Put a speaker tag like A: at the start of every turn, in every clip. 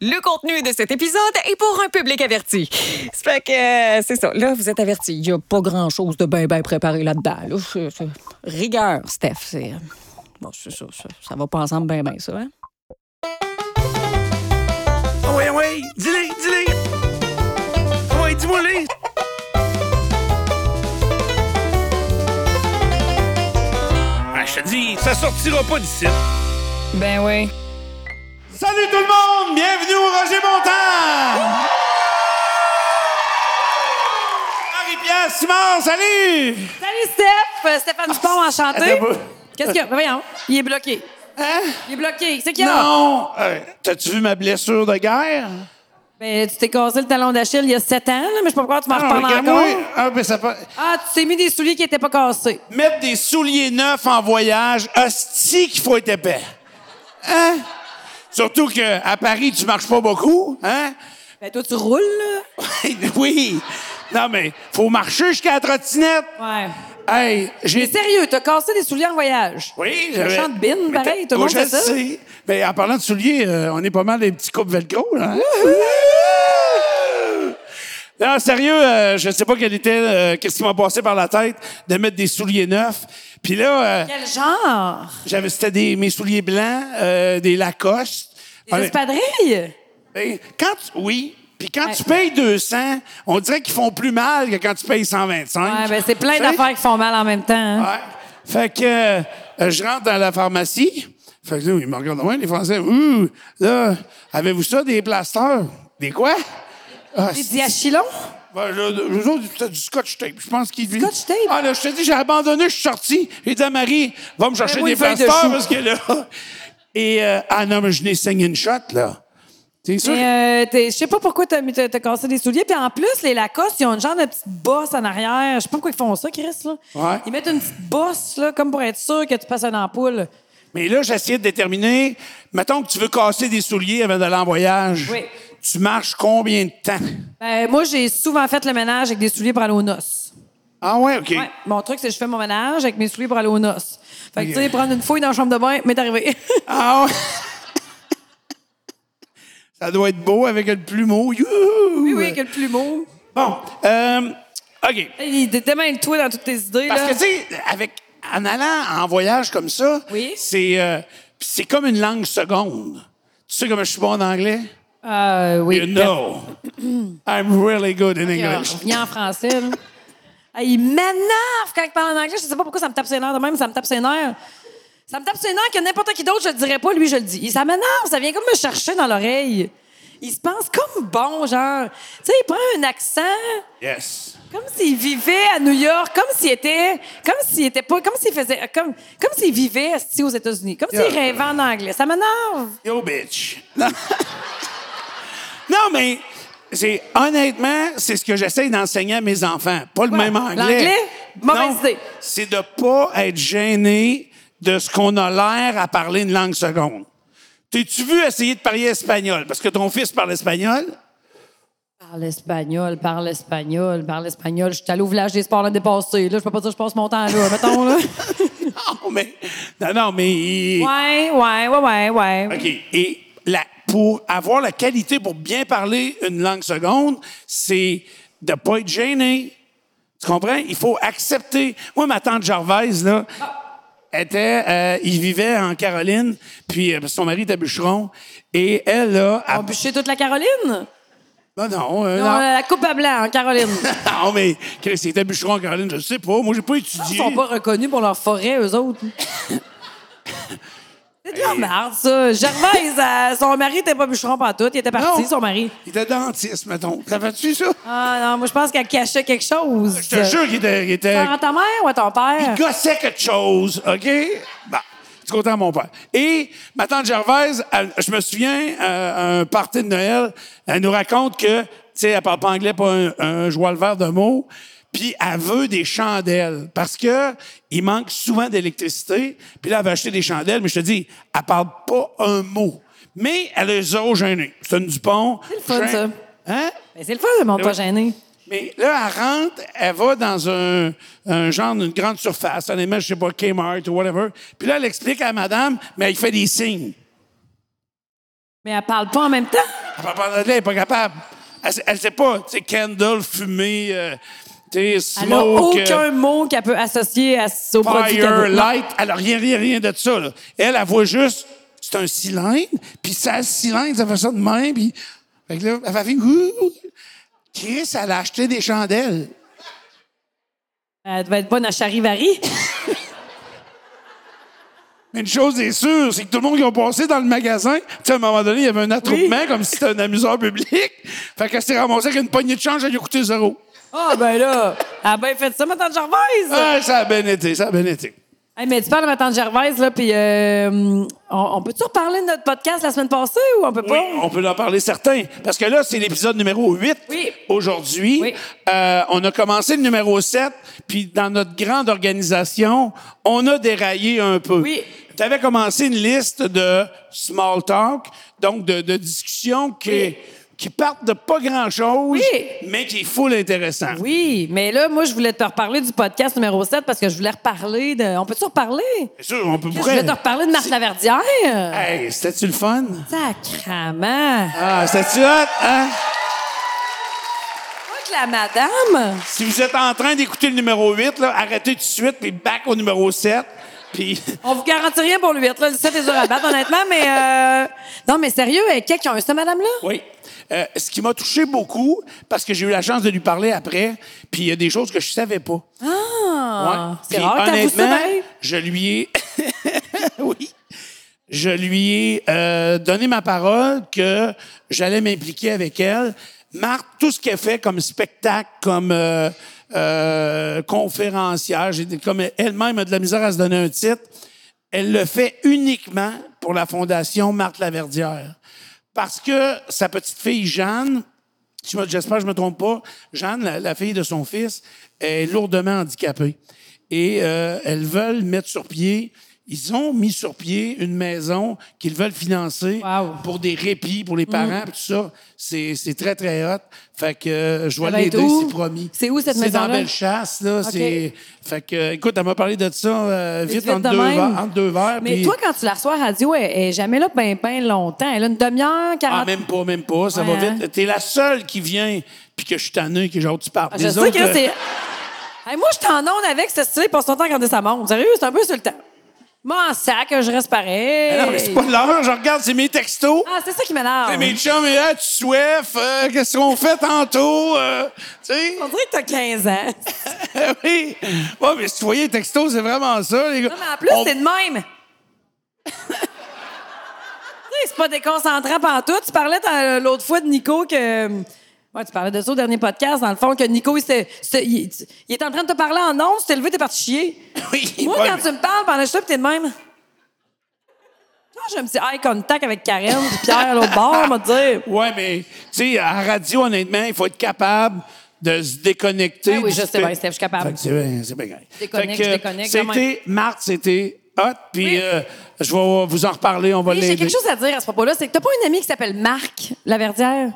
A: Le contenu de cet épisode est pour un public averti. Ça fait que euh, c'est ça. Là, vous êtes averti. Il n'y a pas grand-chose de bien, bien préparé là-dedans. là. C'est- c'est- Rigueur, Steph. C'est... euh, Bon, c'est ça, ça. Ça va pas ensemble bien, bien, ça. Hein?
B: Oh, Oui, oui, dis-le, dis-le. Oh, Oui, dis-moi les. Ah, je te dis, ça sortira pas d'ici.
A: Ben oui.
C: Salut tout le monde! Bienvenue au Roger Montagne! Marie-Pierre Simon, salut!
D: Salut Steph! Euh, Stéphane Dupont, enchanté.
C: attends un peu.
D: Qu'est-ce qu'il y a? Voyons, Ah, il est bloqué. Il est bloqué. C'est qu'il y a?
C: Non! Euh, T'as-tu vu ma blessure de guerre?
D: Ben, tu t'es cassé le talon d'Achille il y a sept ans, là, mais je sais pas pourquoi tu m'en reparles
C: regarde-moi.
D: encore.
C: Ah, ben ça peut...
D: Ah, tu t'es mis des souliers qui n'étaient pas cassés.
C: Mettre des souliers neufs en voyage, hostie qu'il faut être épais. Hein? Surtout qu'à Paris, tu marches pas beaucoup, hein?
D: Ben, toi, tu roules, là.
C: oui! Non, mais faut marcher jusqu'à la trottinette.
D: Ouais.
C: Hey, j'ai
D: Mais sérieux, t'as cassé des souliers en voyage.
C: Oui,
D: j'avais... chant de bine, pareil, tout le monde
C: Oh, je
D: fait ça.
C: sais. Mais en parlant de souliers, euh, on est pas mal des petits couples velcro, là. hein? Non, sérieux, euh, je sais pas quel était, euh, qu'est-ce qui m'a passé par la tête de mettre des souliers neufs. Puis là, euh,
D: Quel genre?
C: j'avais, c'était des, mes souliers blancs, euh, des Lacoste. Ah,
D: Des
C: Honnêt-
D: espadrilles?
C: ben, quand tu- oui. Puis quand tu payes 200, on dirait qu'ils font plus mal que quand tu payes 125.
D: Ouais, ben, c'est plein
C: Tu sais?
D: d'affaires qui font mal en même temps. hein.
C: Ouais. Fait que euh, je rentre dans la pharmacie. Fait que là, ils me regardent ouais, les Français. Ouh, là, avez-vous ça, des plasteurs? Des quoi? Ah,
D: Des
C: c'est-
D: diachylons?
C: ben, là, eux autres, c'était du scotch tape. Je pense qu'ils
D: Scotch tape?
C: Ah, là, je te dis, j'ai abandonné, je suis sorti. J'ai dit à Marie, va me chercher
D: Fais-moi
C: des
D: une feuille Ben de
C: plasteurs
D: chou.
C: parce que là. Et, euh, ah non, mais je n'ai saigné une shot, là. C'est sûr? que-
D: Mais euh, t'es- je sais pas pourquoi t'as mis- t'as t'as cassé des souliers. Puis en plus, les Lacoste, ils ont une genre de petite bosse en arrière. Je sais pas pourquoi ils font ça, Chris. Là.
C: Ouais.
D: Ils mettent une petite bosse, là, comme pour être sûr que tu passes une ampoule.
C: Mais là, j'essayais de déterminer. Mettons que tu veux casser des souliers avant d'aller en voyage.
D: Oui.
C: Tu marches combien de temps?
D: Ben, moi, j'ai souvent fait le ménage avec des souliers pour aller aux noces.
C: Ah ouais, OK.
D: Ouais. Mon truc, c'est que je fais mon ménage avec mes souliers pour aller aux noces. Fait que, tu sais, prendre une fouille dans la chambre de bain, m'est arrivé.
C: euh, Ah ouais. Ça doit être beau avec le plumeau. Youhou!
D: oui, oui, que le plumeau.
C: Bon, euh, OK.
D: Il démêle-toi dans toutes tes idées.
C: Parce
D: là.
C: que, tu sais, avec, en allant en voyage comme ça,
D: Oui.
C: c'est, euh, pis c'est comme une langue seconde. Tu sais comment je suis bon en anglais?
D: Euh, oui.
C: You know. I'm really good in
D: Puis, euh,
C: English.
D: Je reviens en français, là. Ah, il m'énerve quand il parle en anglais. Je sais pas pourquoi ça me tape ses nerfs de même, ça me tape ses nerfs. Ça me tape ses nerfs que n'importe qui d'autre, je le dirais pas, lui, je le dis. Ça m'énerve, ça vient comme me chercher dans l'oreille. Il se pense comme bon, genre. Tu sais, il prend un accent
C: Yes.
D: comme s'il vivait à New York, comme s'il était. Comme s'il était pas. Comme s'il faisait. Comme, comme s'il vivait esti, aux États-Unis. Comme s'il
C: Yeah.
D: rêvait en anglais. Ça m'énerve.
C: Yo, bitch. Non, Non, mais c'est, honnêtement, c'est ce que j'essaie d'enseigner à mes enfants. Pas le
D: Ouais.
C: même anglais.
D: L'anglais, mauvaise
C: Non,
D: idée.
C: C'est de pas être gêné de ce qu'on a l'air à parler une langue seconde. T'es-tu vu essayer de parler espagnol? Parce que ton fils parle espagnol.
D: Parle espagnol, parle espagnol, parle espagnol. Je suis allée au village des sports l'année passée. Là, je peux pas dire que je passe mon temps là, mettons. Là.
C: Non, mais. Non, non, mais. il-
D: Ouais, ouais, ouais, ouais, ouais.
C: OK. Et la- pour avoir la qualité pour bien parler une langue seconde, c'est de ne pas être gêné. Tu comprends? Il faut accepter. Moi, ma tante Gervaise, là, était, euh, il vivait en Caroline, puis euh, son mari était bûcheron, et elle, là...
D: On
C: elle-
D: bûchait toute la Caroline? Non,
C: Non, non, euh, non.
D: La coupe à blanc en Caroline.
C: Non, mais Chris, il était bûcheron en Caroline, je ne sais pas. Moi, j'ai pas
D: Ils
C: étudié.
D: sont pas reconnus pour leur forêt, eux autres. C'est de la merde, ça. Gervaise, euh, son mari était pas bûcheron pantoute. Il était parti,
C: Non.
D: son mari.
C: Il était dentiste, mettons. Savais-tu ça?
D: Ah non, moi, je pense qu'elle cachait quelque chose.
C: Je te jure qu'il était... il était-
D: Par ta mère ou à ton père?
C: Il gossait quelque chose, OK? Bon, du côté à mon père. Et ma tante Gervaise, elle- je me souviens, euh, à un party de Noël, elle nous raconte que, tu sais, elle parle pas anglais, pas un, un le vert de mots, puis elle veut des chandelles parce que il manque souvent d'électricité. Puis là, elle veut acheter des chandelles, mais je te dis, elle parle pas un mot. Mais elle est zéro gênée. C'est une Dupont. C'est
D: le fun, ça.
C: Hein?
D: Ben, c'est le fun, mais on
C: Oui.
D: pas gêné.
C: Mais là, elle rentre, elle va dans un, un genre d'une grande surface, un émage, je sais pas, Kmart ou whatever. Puis là, elle explique à madame, mais elle fait des signes.
D: Mais elle parle pas en même temps.
C: Elle parle pas anglais, elle n'est pas capable. Elle, sait- elle sait pas, tu sais, candle, fumée, euh, tu sais,
D: Elle n'a
C: smoke,
D: aucun
C: euh,
D: mot qu'elle peut associer à, au produit qu'elle
C: fire,
D: veut. Non.
C: light. Elle n'a rien, rien, rien de ça. là. Elle, elle voit juste, c'est un cylindre, puis ça, cylindre, ça fait ça de même, puis... Fait que là, elle fait... ouh, ouh. Chris, elle a acheté des chandelles.
D: Elle devait être bonne à Charivari.
C: Mais une chose est sûre, c'est que tout le monde qui a passé dans le magasin, tu sais, à un moment donné, il y avait un attroupement, comme si c'était un amuseur public. Fait qu'elle s'est ramassée avec une poignée de change, elle lui a coûté zéro.
D: Ah, ben là, elle a bien fait ça, ma tante Gervaise.
C: Ah, ça a bien été, ça a bien été.
D: Hey, mais tu parles de ma tante Gervaise, là, puis euh, on, on peut-tu reparler de notre podcast la semaine passée ou on peut
C: Oui,
D: pas?
C: on peut en parler certains. Parce que là, c'est l'épisode numéro 8
D: Oui.
C: aujourd'hui.
D: Oui.
C: Euh, on a commencé le numéro 7, puis dans notre grande organisation, on a déraillé un peu.
D: Oui.
C: Tu avais commencé une liste de small talk, donc de, de discussions qui, qui partent de pas grand-chose,
D: Oui.
C: mais qui est full intéressant.
D: Oui, mais là, moi, je voulais te reparler du podcast numéro 7 parce que je voulais reparler de. On peut-tu reparler?
C: Bien sûr, on peut
D: Je voulais te reparler de Marthe Laverdière.
C: Hey, c'était-tu le fun?
D: Sacrement!
C: Ah, c'était-tu hot, hein?
D: Pas que la madame!
C: Si vous êtes en train d'écouter le numéro 8, là, arrêtez tout de suite, puis back au numéro 7. Puis,
D: On vous garantit rien pour le 8, là. Le 7 est dur à battre, honnêtement, mais. euh, Non, mais sérieux, elle est quelqu'un qui a un, ça, madame-là?
C: oui. Euh, ce qui m'a touché beaucoup, parce que j'ai eu la chance de lui parler après, puis il y a des choses que je savais pas.
D: Ah!
C: Ouais.
D: C'est
C: Puis,
D: rare que t'avoues ça, ben.
C: honnêtement,
D: pareil.
C: je lui ai... oui. Je lui ai euh, donné ma parole que j'allais m'impliquer avec elle. Marthe, tout ce qu'elle fait comme spectacle, comme euh, euh, conférencière, j'ai dit- comme elle-même a de la misère à se donner un titre, elle le fait uniquement pour la Fondation Marthe Laverdière. Parce que sa petite fille Jeanne, si je me- j'espère que je me trompe pas, Jeanne, la, la fille de son fils, est lourdement handicapée. Et euh, elles veulent mettre sur pied, ils ont mis sur pied une maison qu'ils veulent financer
D: Wow. Mm.
C: pour des répits, pour les parents, puis tout ça. C'est c'est très, très hot. Fait que euh, je vois
D: va
C: les
D: être
C: deux,
D: où?
C: c'est promis.
D: C'est où, cette
C: C'est dans
D: maison-là?
C: Bellechasse, là. C'est- Fait que, euh, écoute, elle m'a parlé de ça euh, vite,
D: vite
C: entre,
D: de
C: deux
D: même.
C: verres, entre deux verres.
D: Mais
C: puis-
D: toi, quand tu la reçois à radio, elle, elle est jamais là ben, ben longtemps. Elle a une demi-heure, 40
C: Ah, même pas, même pas. Ça
D: Ouais,
C: va
D: hein?
C: vite. T'es la seule qui vient, puis que je suis tanné, que genre tu pars.
D: Ah, Je sais que
C: euh,
D: c'est. Hey, moi, je t'en onde avec ce style, passe son temps à regarder sa montre. Sérieux, c'est un peu sur le temps. Moi, en sac, je reste pareil.
C: euh, Non, mais c'est pas de l'heure. Je regarde, c'est mes textos.
D: Ah, c'est ça qui m'énerve.
C: C'est mes chums, et là, tu soif. euh, Qu'est-ce qu'on fait tantôt? euh, tu sais?
D: On dirait que t'as 15 ans.
C: oui. Ouais, mais si tu voyais les textos, c'est vraiment ça, les gars.
D: Non, mais en plus,
C: On-
D: c'est de même. Tu sais, c'est pas déconcentrant pantoute. tout. Tu parlais t'en- l'autre fois de Nico que. euh, Ouais, tu parlais de ça au dernier podcast, dans le fond, que Nico, il, s'est- s'est- il, il était en train de te parler en ondes, tu t'es levé, t'es parti chier.
C: Oui,
D: Moi,
C: ouais,
D: quand
C: mais-
D: tu me parles pendant que je suis là, pis t'es de même. Non, j'ai un petit eye contact avec Karen puis Pierre à l'autre bord, on va te dire.
C: Ouais, mais, tu sais, à la radio, honnêtement, il faut être capable de se déconnecter.
D: Ah oui,
C: du
D: je sais
C: spect-
D: bien, Steph, je suis capable.
C: Fait que C'est bien, c'est bien. grave.
D: Déconnecte,
C: Fait que,
D: je déconnecte,
C: C'était, Marthe, c'était hot, puis euh, je vais vous en reparler, on va
D: Et J'ai
C: l'aider.
D: quelque chose à dire à ce propos-là, c'est que t'as pas une amie qui s'appelle Marc Laverdière?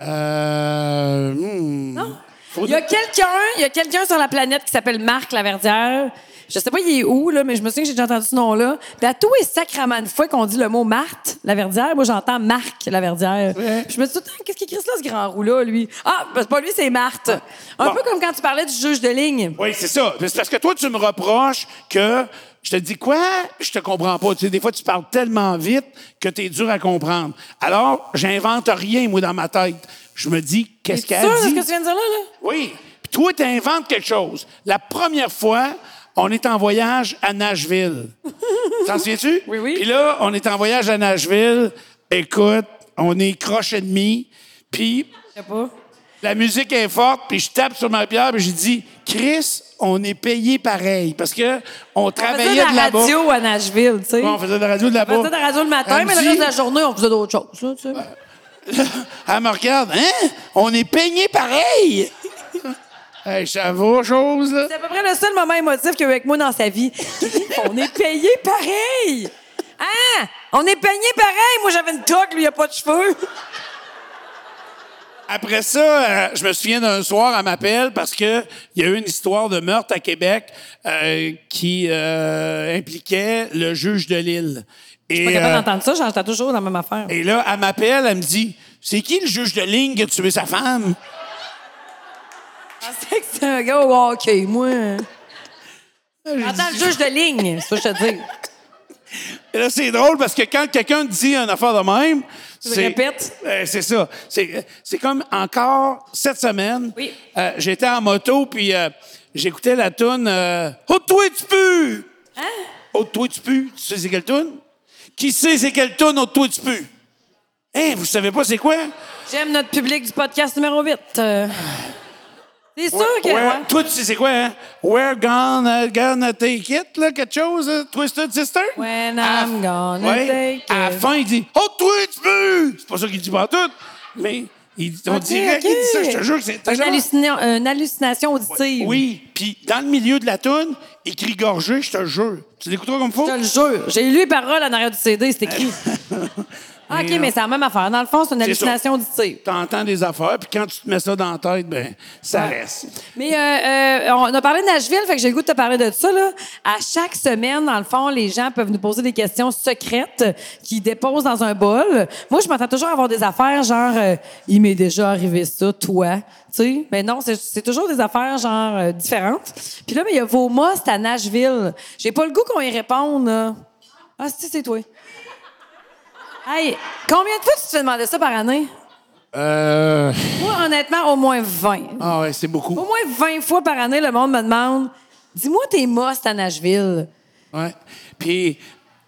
C: Euh, hmm.
D: Non?
C: Faut-
D: Il y a quelqu'un, il y a quelqu'un sur la planète qui s'appelle Marc Laverdière. Je sais pas il est où, là, mais je me souviens que j'ai déjà entendu ce nom-là. Puis à tous les sacrements de fois qu'on dit le mot Marthe Laverdière, moi j'entends Marc Laverdière.
C: Ouais.
D: Je me dis tout le temps, qu'est-ce qu'il écrit là, ce grand roux-là, lui? Ah, ben, c'est pas lui, c'est Marthe. Un
C: Bon.
D: peu comme quand tu parlais du juge de ligne.
C: Oui, c'est ça. Mais C'est parce que toi, tu me reproches que je te dis quoi? Je te comprends pas. Tu sais, des fois, tu parles tellement vite que tu es dur à comprendre. Alors, j'invente rien, moi, dans ma tête. Je me dis, qu'est-ce
D: T'es
C: qu'elle
D: sûr de
C: dit?
D: ce que tu viens de dire là, là?
C: Oui. Puis toi, tu inventes quelque chose. La première fois, on est en voyage à Nashville. T'en souviens-tu?
D: Oui, oui.
C: Puis là, on est en voyage à Nashville. Écoute, on est croche et demi. Puis
D: Je sais pas.
C: La musique est forte, puis je tape sur ma pierre, puis je dis Chris, on est payé pareil parce que on
D: On faisait de
C: travaillait
D: la
C: de là-bas.
D: radio à Nashville, tu sais.
C: Ouais, on faisait de la radio de là-bas.
D: On faisait de la radio le matin,
C: Elle me
D: mais le
C: dit-
D: reste de la journée, on faisait d'autres choses, là, tu sais.
C: Elle me regarde, hein? On est payé pareil! hey, ça va, chose, là?
D: C'est à peu près le seul moment émotif qu'il y a eu avec moi dans sa vie. on est payé pareil! Hein? On est payé pareil! Moi, j'avais une toque, lui, il a pas de cheveux.
C: Après ça, euh, je me souviens d'un soir, elle m'appelle parce que il y a eu une histoire de meurtre à Québec euh, qui euh, impliquait le juge de Lille.
D: Je
C: Et,
D: suis pas capable
C: euh,
D: d'entendre ça, j'entends toujours la même affaire.
C: et là, elle m'appelle, elle me dit C'est qui le juge de ligne qui a tué sa femme?
D: Je pensais que c'était un gars au hockey, moi. J'entends le juge de ligne, c'est ça que je te dis.
C: Et là, c'est drôle parce que quand quelqu'un dit une affaire de même, c'est.
D: répètes.
C: Euh, c'est ça. C'est, c'est comme encore cette semaine.
D: Oui.
C: euh, j'étais en moto, puis euh, j'écoutais la toune euh, Oh, toi, tu pues! Hein? toi, tu pues. Tu sais, c'est quelle toune? Qui sait, c'est quelle toune? Oh, toi, tu pues? Hein, vous savez pas c'est quoi?
D: J'aime notre public du podcast numéro 8. Euh, C'est sûr que.
C: Where-
D: ouais.
C: Toi, tu sais c'est quoi, hein? We're gonna, gonna take it, là, quelque chose, hein? Twisted Sister?
D: When
C: À-
D: I'm gonna take it.
C: À la fin, il dit « Oh, toi, tu peux! » C'est pas ça qu'il dit pas en tout, mais il, on
D: Ok,
C: dirait
D: ok.
C: qu'il dit ça, je te jure que c'est...
D: Une,
C: genre-
D: hallucina- une hallucination auditive.
C: Oui, puis dans le milieu de la toune, il crie gorgé, je te jure. Tu l'écouteras comme faut?
D: Je le jure. J'ai lu les paroles en arrière du CD, c'est écrit. Ah, OK, mais c'est la même affaire. Dans le fond, c'est une
C: C'est ça.
D: hallucination auditive.
C: T'entends des affaires, puis quand tu te mets ça dans la tête, ben ça reste.
D: Mais euh, euh, on a parlé de Nashville, fait que j'ai le goût de te parler de ça. Là. À chaque semaine, dans le fond, les gens peuvent nous poser des questions secrètes qu'ils déposent dans un bol. Moi, je m'attends toujours à avoir des affaires genre euh, il m'est déjà arrivé ça, toi ». Tu sais, mais non, c'est- c'est toujours des affaires genre euh, différentes. Puis là, mais il y a Voma, c'est à Nashville. J'ai pas le goût qu'on y réponde. là. Ah, si, c'est toi. Hey, combien de fois tu te fais demander ça par année?
C: Euh...
D: Moi, honnêtement, au moins 20.
C: Ah ouais, c'est beaucoup.
D: Au moins 20 fois par année, le monde me demande Dis-moi, t'es mosse à Nashville.
C: Ouais. Puis...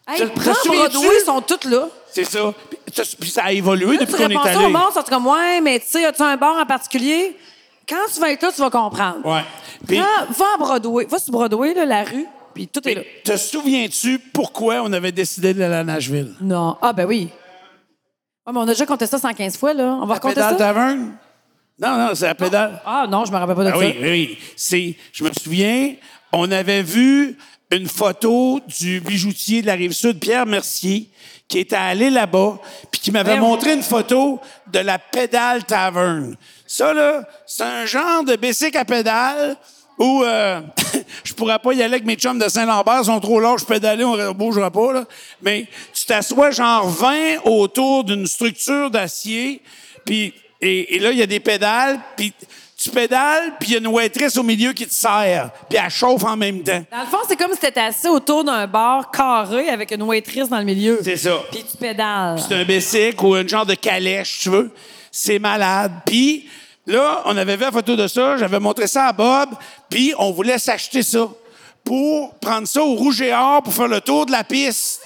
D: Hey,
C: te-
D: les
C: te
D: plans
C: souviens-tu?
D: Broadway sont toutes là.
C: C'est ça. Puis t'as- Puis ça a évolué
D: Là,
C: depuis
D: tu
C: qu'on est
D: réponds
C: allé.
D: ça au monde, ils sont comme Ouais, mais tu sais, as-tu un bar en particulier Quand tu vas être là, tu vas comprendre.
C: Ouais. Puis-
D: Prends- va à Broadway. Va sur Broadway, là, la rue, puis tout est Ah, là.
C: Te souviens-tu pourquoi on avait décidé d'aller à Nashville?
D: Non. Ah, ben oui. Ouais, mais on a déjà compté ça 115 fois, là. On va
C: La
D: raconter
C: pédale
D: ça.
C: taverne? Non, non, c'est la pédale.
D: Ah, non, je me rappelle pas de
C: Ah
D: ça.
C: oui, oui, oui. C'est, je me souviens, on avait vu une photo du bijoutier de la rive sud, Pierre Mercier, qui était allé là-bas, puis qui m'avait
D: Ben oui.
C: montré une photo de la pédale taverne. Ça, là, c'est un genre de bicycle à pédale où euh, je pourrais pas y aller avec mes chums de Saint-Lambert, ils sont trop larges, je pédale, on ne bougera pas, là. Mais tu t'assois genre 20 autour d'une structure d'acier, puis et, et là, il y a des pédales, puis tu pédales, puis il y a une waitress au milieu qui te serre, puis elle chauffe en même temps.
D: Dans le fond, c'est comme si t'étais assis autour d'un bar carré avec une waitrice dans le milieu.
C: C'est ça.
D: Puis tu pédales.
C: C'est un bicycle ou un genre de calèche, tu veux. C'est malade. Puis là, on avait vu la photo de ça, j'avais montré ça à Bob, puis on voulait s'acheter ça pour prendre ça au Rouge et Or pour faire le tour de la piste.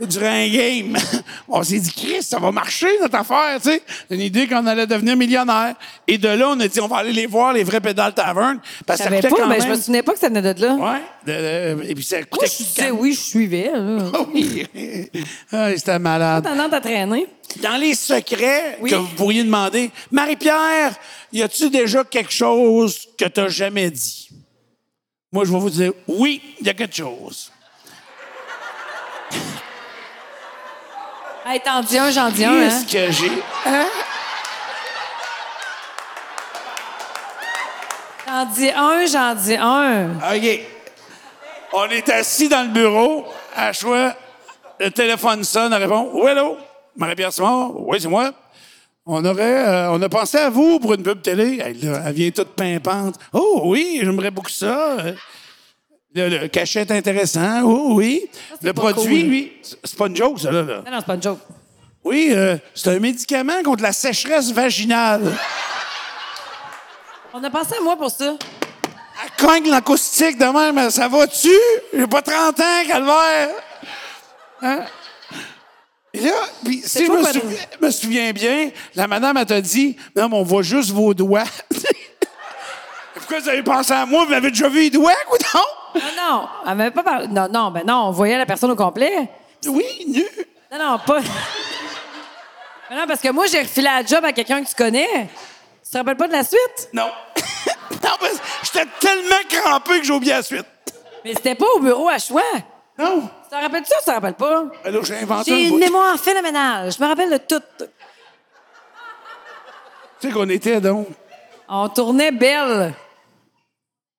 C: durant un game. On s'est dit, Chris, ça va marcher, notre affaire, tu sais. Une idée qu'on allait devenir millionnaire. Et de là, on a dit, on va aller les voir, les vrais pédales taverne. Parce que ça
D: J'avais
C: coûtait
D: pas,
C: quand
D: mais je me
C: même.
D: souvenais pas que ça venait de là.
C: Ouais. de- de- et puis ça
D: Moi,
C: coûtait.
D: je disais oui, je suivais. hein. là.
C: Ah oui. Ah, c'était malade.
D: Pendant t'as traîné.
C: Dans les secrets
D: Oui.
C: que vous pourriez demander, Marie-Pierre, y a-tu déjà quelque chose que t'as jamais dit? Moi, je vais vous dire, oui, il y a quelque chose.
D: Hey, t'en dis un, j'en dis un.
C: Qu'est-ce
D: Hein?
C: que j'ai?
D: T'en dis un, j'en dis un.
C: OK. On est assis dans le bureau. À choix, le téléphone sonne. Elle répond Oui, allô? Marie-Pierre Simon? Oui, c'est moi. On aurait, euh, on a pensé à vous pour une pub télé. Elle, là, elle vient toute pimpante. Oh oui, j'aimerais beaucoup ça. Euh, Le, le cachet est intéressant. Oh oui. le
D: pas
C: produit,
D: cool.
C: lui, c'est- c'est pas une joke, ça, là. là.
D: Non, non, c'est pas une joke.
C: Oui, euh, c'est un médicament contre la sécheresse vaginale.
D: On a pensé à moi pour ça.
C: Elle cogne l'acoustique de même. Ça va-tu? J'ai pas 30 ans, Calvaire. Hein? Et là, puis, si je
D: toi,
C: me,
D: quoi,
C: souvi- me souviens bien, la madame, elle t'a dit Non, mais on voit juste vos doigts. Pourquoi vous avez pensé à moi? Vous l'avez déjà vu les doigts, ou non?
D: Non, non, elle m'avait pas parlé. Non, non, ben non, on voyait la personne au complet.
C: Oui, nu.
D: Non, non, pas. Mais Ben non, parce que moi, j'ai refilé la job à quelqu'un que tu connais. Tu te rappelles pas de la suite?
C: Non. non, parce que j'étais tellement crampé que j'ai oublié la suite.
D: Mais c'était pas au bureau à choix.
C: Non.
D: Tu te rappelles de ça ou tu te rappelles pas?
C: Alors, j'ai inventé
D: J'ai
C: un
D: une
C: bout.
D: mémoire phénoménale. Je me rappelle de tout.
C: Tu sais qu'on était, donc.
D: On tournait belle.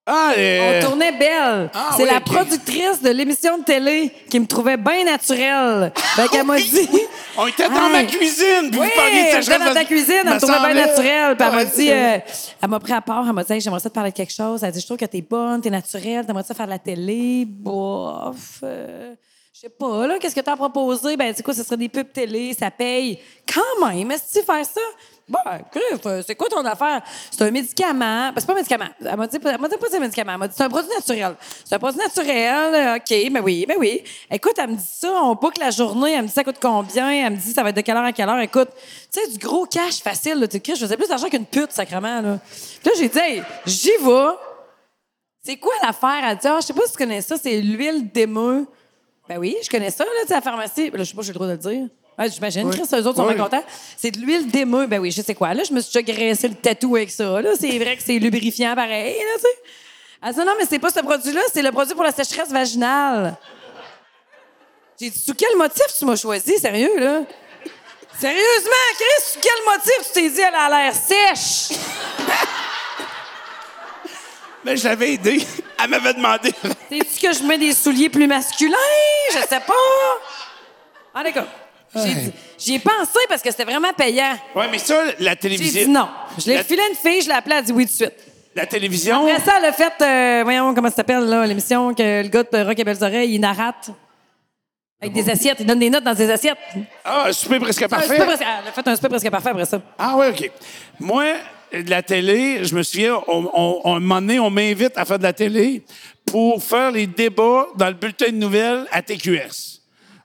C: Ah, euh,
D: On tournait Belle.
C: Ah,
D: c'est
C: oui,
D: la
C: ok.
D: productrice de l'émission de télé qui me trouvait bien naturelle. Fait qu'elle m'a dit.
C: Ah, on était dans
D: Hey.
C: ma cuisine, puis
D: Oui,
C: vous parliez de
D: on était
C: sécheresse.
D: dans ta cuisine, elle
C: me
D: me trouvait bien
C: semblait.
D: naturelle. Puis elle m'a
C: Ouais,
D: dit,
C: c'est vrai.
D: euh, elle m'a pris à part, elle m'a dit, Hey, j'aimerais ça te parler de quelque chose. Elle a dit, je trouve que t'es bonne, t'es naturelle, t'aimerais ça faire de la télé, bof. euh, je sais pas, là, qu'est-ce que t'as proposé? Ben, tu sais quoi, ce serait des pubs télé, ça paye. Quand même, est-ce que tu faire ça? Ben, crif, euh, c'est quoi ton affaire? C'est un médicament. Ben, c'est pas un médicament. Elle m'a dit, elle m'a dit pas c'est un médicament. Elle m'a dit, c'est un produit naturel. C'est un produit naturel. euh, OK, ben oui, ben oui. Écoute, elle me dit ça, on boucle la journée. Elle me dit, ça coûte combien? Elle me dit, ça va être de quelle heure à quelle heure? Écoute, tu sais, du gros cash facile, là. Tu sais, crif, je faisais plus d'argent qu'une pute, sacrément, là. Puis là, j'ai dit, hey, j'y vais. C'est quoi l'affaire? Elle dit, ah, je sais pas si tu connais ça, c'est l'huile d'émeu. Ben oui, je connais ça, là, tu sais, à la pharmacie. Ben Là, je sais pas, j'ai le droit de le dire. Ouais, J'imagine, Chris, eux autres sont
C: Oui.
D: bien contents. C'est de l'huile d'émeu. Ben oui, je sais quoi. Là, je me suis déjà graissé le tatou avec ça. Là, c'est vrai que c'est lubrifiant pareil, là, tu sais. Elle dit, non, mais c'est pas ce produit-là, c'est le produit pour la sécheresse vaginale. J'ai dit, sous quel motif tu m'as choisi, sérieux, là? Sérieusement, Chris, sous quel motif tu t'es dit, elle a l'air sèche?
C: Mais je l'avais aidé. Elle m'avait demandé.
D: Sais-tu que je mets des souliers plus masculins? Je sais pas. En tout cas, j'ai dit- j'y ai pensé parce que c'était vraiment payant.
C: Ouais, mais ça, la télévision.
D: J'ai dit non. Je l'ai
C: La-
D: filé à une fille, je l'ai appelée, elle a dit oui tout de suite.
C: La télévision.
D: Après ça, elle a fait, euh, voyons, comment ça s'appelle, là, l'émission que le gars de Rock et Belles Oreilles, il narrate. Avec des assiettes, il donne des notes dans des assiettes.
C: Ah, un souper presque
D: Un
C: parfait.
D: souper presque- elle a fait un souper presque parfait après ça.
C: Ah ouais, OK. Moi, de la télé, je me souviens, on, on, on, un moment donné, on m'invite à faire de la télé pour faire les débats dans le bulletin de nouvelles à TQS.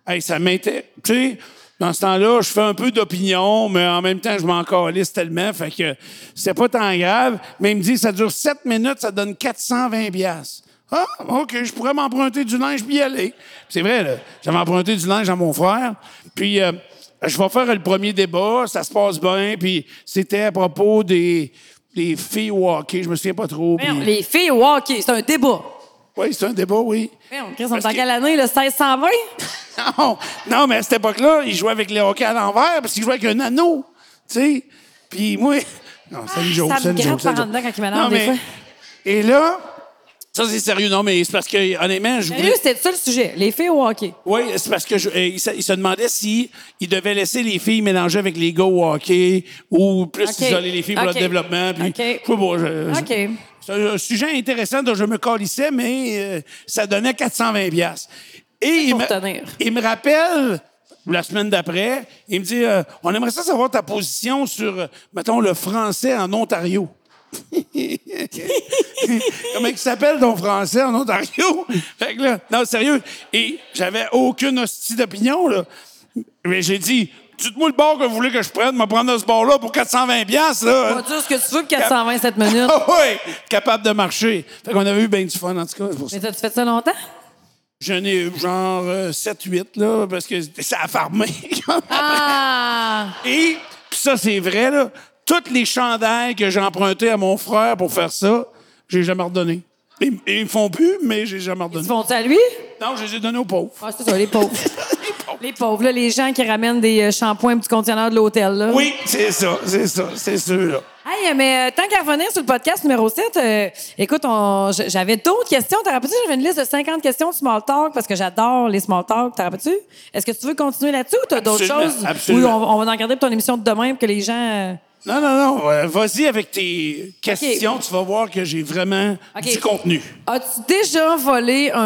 C: Hey, ça m'intéresse. Tu sais, dans ce temps-là, je fais un peu d'opinion, mais en même temps, je m'en calisse tellement, fait que c'est pas tant grave. Mais il me dit, ça dure 7 minutes, ça donne 420 piastres. Ah, OK, je pourrais m'emprunter du linge puis y aller. C'est vrai, là, j'avais emprunté du linge à mon frère. Puis... euh, je vais faire le premier débat, ça se passe bien, puis c'était à propos des, des filles au hockey, je me souviens pas trop. puis-
D: Voyons, les filles au hockey, c'est un débat.
C: Oui, c'est un débat, oui.
D: Voyons, Chris, on est
C: Parce
D: en
C: que-
D: quelle année, le 1620?
C: Non, non, mais à cette époque-là, ils jouaient avec les hockey à l'envers, parce qu'ils jouaient avec un anneau, tu sais. Puis moi... Non, c'est une joke,
D: ça me
C: c'est une
D: gratte
C: joke, c'est
D: par
C: une
D: en
C: joke.
D: dedans quand il m'énerve,
C: Non,
D: des
C: mais-
D: fois.
C: Et là, ça c'est sérieux, non, mais c'est parce que, honnêtement, je voulais...
D: Sérieux, c'était ça le sujet, les filles au hockey.
C: Oui, c'est parce que je- euh, il, se, il se demandait si il devait laisser les filles mélanger avec les gars au hockey ou plus
D: OK.
C: isoler les filles pour
D: OK.
C: le développement. Puis,
D: OK.
C: je sais pas, je- je-
D: OK.
C: C'est un sujet intéressant dont je me calissais, mais euh, ça donnait 420 piastres. Et il
D: pour
C: me,
D: tenir.
C: il me rappelle, la semaine d'après, il me dit euh, On aimerait ça savoir ta position sur, euh, mettons, le français en Ontario. » Comment il s'appelle ton français en Ontario? Fait que là, non, sérieux. Et j'avais aucune hostie d'opinion, là. Mais j'ai dit, dites-moi le bord que vous voulez que je prenne, me prendre ce bord-là pour 420 piastes,
D: On va
C: là.
D: dire ce que tu veux pour 427 minutes.
C: Ah oui! Capable de marcher. Fait qu'on avait eu bien du fun, en tout cas. c'est pour ça.
D: Mais t'as-tu fait ça longtemps?
C: J'en ai eu genre 7-8, là, parce que c'était- ça a farmé.
D: Ah!
C: Et, puis ça, c'est vrai, là, toutes les chandails que j'ai empruntés à mon frère pour faire ça, j'ai jamais redonné. Ils, ils me font plus, mais j'ai jamais
D: Ils
C: redonné.
D: font ça à lui?
C: Non, je les ai donnés aux pauvres.
D: Ah, c'est ça, les pauvres. les pauvres, là, les gens qui ramènent des euh, shampoings du conteneur de l'hôtel, là.
C: Oui, c'est ça, c'est ça, c'est sûr, là.
D: Hey, euh, mais euh, tant qu'à revenir sur le podcast numéro 7, euh, écoute, on- j- j'avais d'autres questions. T'as rappelé, j'avais une liste de 50 questions de small talk parce que j'adore les small talk. T'as rappelé-tu? Est-ce que tu veux continuer là-dessus ou t'as d'autres
C: Absolument,
D: choses?
C: absolument.
D: Oui, on, on va en garder pour ton émission de demain pour que les gens. euh,
C: Non, non, non, euh, vas-y avec tes questions, tu vas voir que j'ai vraiment
D: OK.
C: du contenu.
D: As-tu déjà volé un,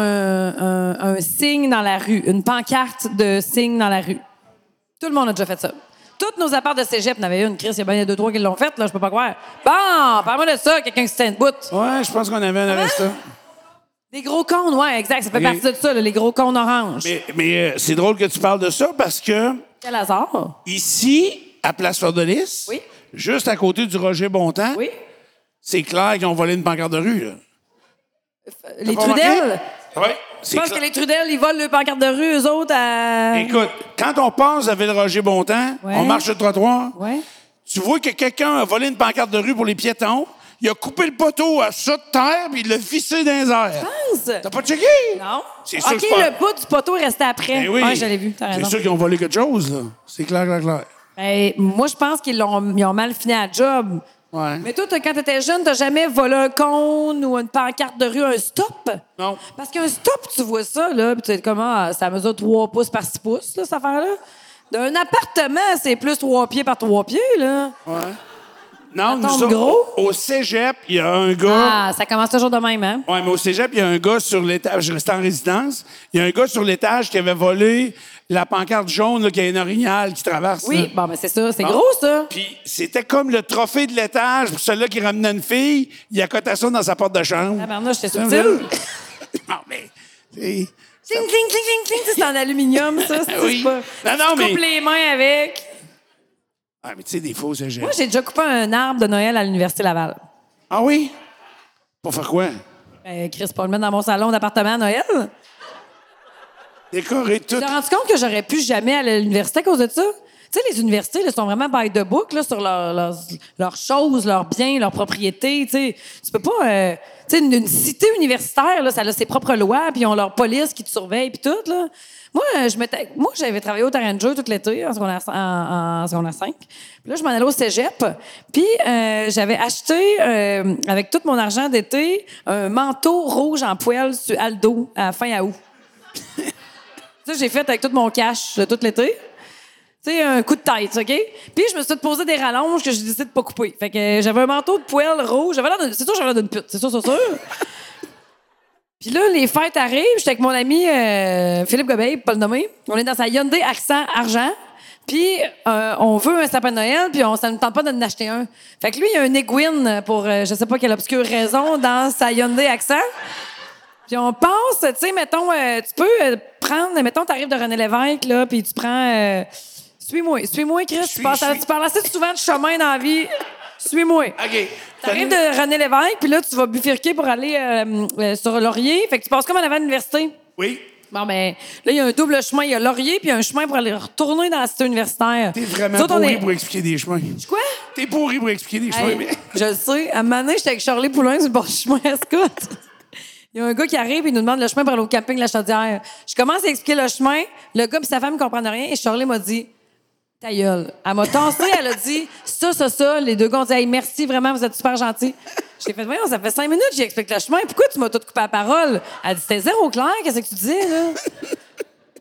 D: un- un signe dans la rue, une pancarte de signe dans la rue? Tout le monde a déjà fait ça. Toutes nos apparts de cégep n'avaient une. Chris, il y a bien deux, trois qui l'ont faite, là, je peux pas croire. Bon, parle-moi de ça, quelqu'un qui se tient de bout.
C: Ouais, je pense qu'on avait
D: Ah.
C: un arrestant.
D: Des gros cônes, ouais, exact, ça fait
C: Ok.
D: partie de ça, là, les gros cônes oranges.
C: Mais, mais, euh, c'est drôle que tu parles de ça parce que
D: Quel hasard.
C: ici, à Place Fleur-de-Lys,
D: Oui.
C: juste à côté du Roger Bontemps,
D: Oui.
C: c'est clair qu'ils ont volé une pancarte de rue. Là.
D: Les
C: T'as pas remarqué?
D: Trudel.
C: Ah Ouais,
D: Je
C: c'est
D: pense
C: clair.
D: que les Trudel, ils volent leurs pancartes de rue, eux autres, à.
C: Écoute, quand on passe à Ville-Roger Bontemps,
D: Ouais.
C: on marche sur le trottoir,
D: Ouais.
C: tu vois que quelqu'un a volé une pancarte de rue pour les piétons, il a coupé le poteau à ça de terre, puis il l'a vissé dans les airs. T'as pas checké?
D: Non.
C: C'est sûr
D: OK,
C: que c'est pas-
D: le bout du poteau est resté après.
C: Ben oui.
D: Ouais, je l'ai vu, t'as
C: C'est
D: raison.
C: sûr qu'ils ont volé quelque chose, là. C'est clair, clair, clair.
D: Ben, moi, je pense qu'ils l'ont, ils ont mal fini à la job.
C: Ouais.
D: Mais toi, t'as- quand t'étais jeune, t'as jamais volé un cône ou une pancarte de rue, un stop?
C: Non.
D: Parce qu'un stop, tu vois ça, là, puis tu sais comment, ah, ça mesure 3 pouces par 6 pouces, là, cette affaire-là. D'un appartement, c'est plus 3 pieds par 3 pieds, là.
C: Non,
D: tombe
C: nous autres,
D: gros.
C: au cégep, il y a un gars.
D: Ah, ça commence toujours de même, hein?
C: Ouais, mais au cégep, il y a un gars sur l'étage. Je restais en résidence. Il y a un gars sur l'étage qui avait volé la pancarte jaune, là, qui a une orignale qui traverse. là.
D: Oui, bon, mais c'est ça, c'est
C: Bon.
D: gros, ça.
C: Puis c'était comme le trophée de l'étage pour celui-là qui ramenait une fille. Il accotait ça dans sa porte de chambre.
D: Tabarnouche, t'es
C: Non,
D: subtil.
C: mais. c'est-
D: Cling, cling, cling, cling, cling. Tu sais, C'est en aluminium, ça. C'est
C: Oui.
D: c'est pas...
C: Non, non,
D: tu coupes
C: mais-
D: les mains avec.
C: Ah, mais tu sais, des faux cégep.
D: Moi, j'ai déjà coupé un arbre de Noël à l'Université Laval.
C: Ah oui? Pour faire quoi?
D: Ben, Chris, pas le mettre dans mon salon d'appartement à Noël. Tu
C: Décorer tout.
D: t'es rendu compte que j'aurais pu jamais aller à l'université à cause de ça? Tu sais, les universités, là, sont vraiment by the book, là, sur leurs, leurs- leurs choses, leurs biens, leurs propriétés, tu sais. Tu peux pas, euh, tu sais, une, une cité universitaire, là, ça a ses propres lois, puis ils ont leur police qui te surveille, puis tout, là. Moi, euh, je m'étais- moi, j'avais travaillé au terrain de jeu tout l'été, en secondaire, en, en secondaire 5. Puis là, je m'en allais au cégep. Puis euh, j'avais acheté, euh, avec tout mon argent d'été, un manteau rouge en poêle sur Aldo à la fin août. Ça, j'ai fait avec tout mon cash de tout l'été. Tu sais, un coup de tête, OK? Puis je me suis posé des rallonges que j'ai décidé de pas couper. Fait que euh, j'avais un manteau de poêle rouge. J'avais l'air d'une- C'est sûr, j'avais l'air d'une pute. C'est sûr, c'est sûr. Puis là, les fêtes arrivent. J'étais avec mon ami euh, Philippe Gobeil, pas le nommer. On est dans sa Hyundai Accent Argent. Puis euh, on veut un sapin de Noël, puis on, ça ne tente pas d'en acheter un. Fait que lui, il a un aiguine pour euh, je sais pas quelle obscure raison dans sa Hyundai Accent. Puis on pense, tu sais, mettons, euh, tu peux euh, prendre, mettons, t'arrives de René Lévesque, là, puis tu prends. euh, suis-moi, suis-moi, Chris. tu,
C: Suis-
D: passes,
C: suis.
D: tu parles assez souvent de chemin dans la vie. Suis-moi.
C: OK.
D: T'arrives de René Lévesque, puis là, tu vas bifurquer pour aller euh, euh, sur Laurier. Fait que tu passes comme en avant de l'université.
C: Oui.
D: Bon, ben, là, il y a un double chemin. Il y a Laurier, puis il y a un chemin pour aller retourner dans la cité universitaire.
C: T'es vraiment
D: Nous autres, on
C: pourri
D: est-
C: pour expliquer des chemins.
D: Quoi?
C: T'es pourri pour expliquer des chemins.
D: Hey,
C: mais-
D: je le sais. À un moment donné, j'étais avec Charlie Poulain sur le bord du chemin à Scott. Il y a un gars qui arrive et nous demande le chemin pour aller au camping de la Chaudière. Je commence à expliquer le chemin. Le gars et sa femme ne comprennent rien. Et Charlie m'a dit Ta gueule. Elle m'a tassé. Elle a dit Ça, ça, ça. Les deux gars ont dit Hey, merci vraiment, vous êtes super gentils. J'ai fait Voyons, ça fait cinq minutes, j'explique le chemin. Pourquoi tu m'as tout coupé la parole Elle dit C'était zéro clair. Qu'est-ce que tu disais, là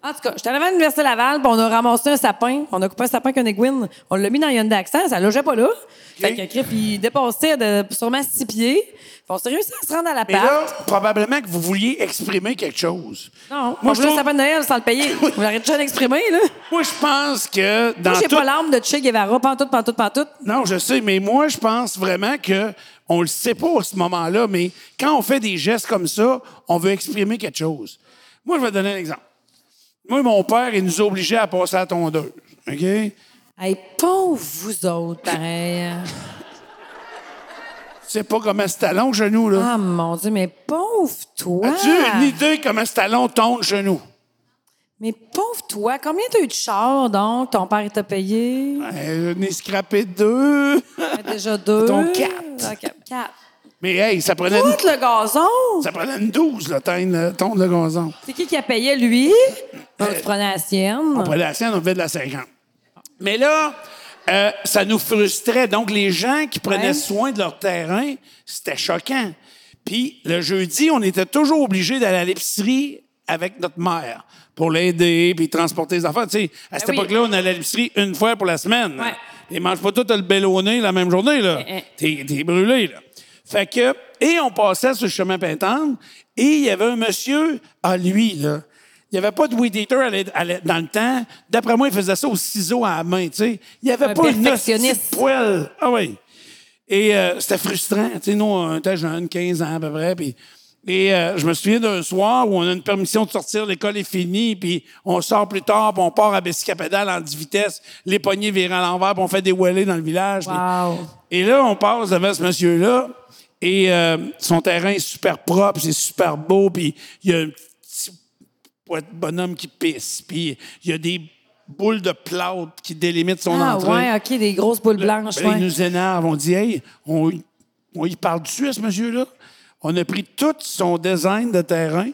D: en tout cas, j'étais allée à l'Université Laval, puis on a ramassé un sapin. On a coupé un sapin qu'un aiguine. On l'a mis dans Hyundai Accent, ça logeait pas là. Fait que Crip, il dépassait de, sûrement six pieds. Puis on s'est réussi à se rendre à la
C: Mais là,
D: part.
C: probablement que vous vouliez exprimer quelque chose.
D: Non,
C: moi,
D: moi, je
C: je
D: voulais un
C: trouve-
D: sapin de Noël sans le payer. Vous l'aurez déjà exprimé, là.
C: Moi, je pense que dans
D: Moi, j'ai
C: tout-
D: pas l'arme de Che Guevara, pantoute, pantoute, pantoute.
C: Non, je sais, mais moi, je pense vraiment que on le sait pas à ce moment-là, mais quand on fait des gestes comme ça, on veut exprimer quelque chose. Moi, je vais te donner un exemple. Moi, mon père, il nous obligeait à passer à la tondeuse. OK?
D: Hey, pauvre vous autres, pareil. hein.
C: C'est pas comment c'est talon genou, là.
D: Ah, mon Dieu, mais pauvre toi.
C: As-tu une idée comment c'est talon tombe genou?
D: Mais pauvre toi, combien t'as eu de char, donc? Ton père t'a payé?
C: Euh, J'en ai scrappé deux.
D: Déjà deux.
C: Donc, quatre.
D: Ok, quatre.
C: Mais hey, ça prenait, une,
D: Tout le gazon!
C: ça prenait une douze, là, tondre tonde de gazon.
D: C'est qui qui a payé, lui? On se prenait la sienne.
C: On prenait la sienne, on faisait de la 50. Mais là, euh, ça nous frustrait. Donc, les gens qui prenaient
D: Ouais.
C: soin de leur terrain, c'était choquant. Puis, le jeudi, on était toujours obligés d'aller à l'épicerie avec notre mère pour l'aider, puis transporter les enfants. Tu sais, à cette
D: Ben oui.
C: époque-là, on allait à l'épicerie une fois pour la semaine.
D: Ouais.
C: Ils mangent pas tout le bélonné la même journée, là.
D: Eh, eh.
C: T'es t'es brûlé, là. Fait que, et on passait sur le chemin Pintante, et il y avait un monsieur, à lui, là. Il n'y avait pas de weed eater à l'é- à l'é- dans le temps. D'après moi, il faisait ça au ciseau à la main, tu sais. Il n'y avait
D: Un
C: pas une
D: perfectionniste.
C: hostie de poêle. Ah oui. Et euh, c'était frustrant. Tu sais, nous, on était jeunes, 15 ans à peu près, puis... Et euh, je me souviens d'un soir où on a une permission de sortir, l'école est finie, puis on sort plus tard, puis on part à Bescapédale en 10 vitesses, les poignées virant à l'envers, puis on fait des wallets dans le village. puis-
D: Wow.
C: et là, on passe devant ce monsieur-là, et euh, son terrain est super propre, c'est super beau, puis il y a un petit po- bonhomme qui pisse, puis il y a des boules de plâtre qui délimitent son
D: Ah,
C: entrée.
D: ouais, OK, des grosses boules blanches.
C: Ben,
D: ouais.
C: Il nous énerve. On dit, hey, on, y- on y parle dessus à ce monsieur-là. On a pris tout son design de terrain.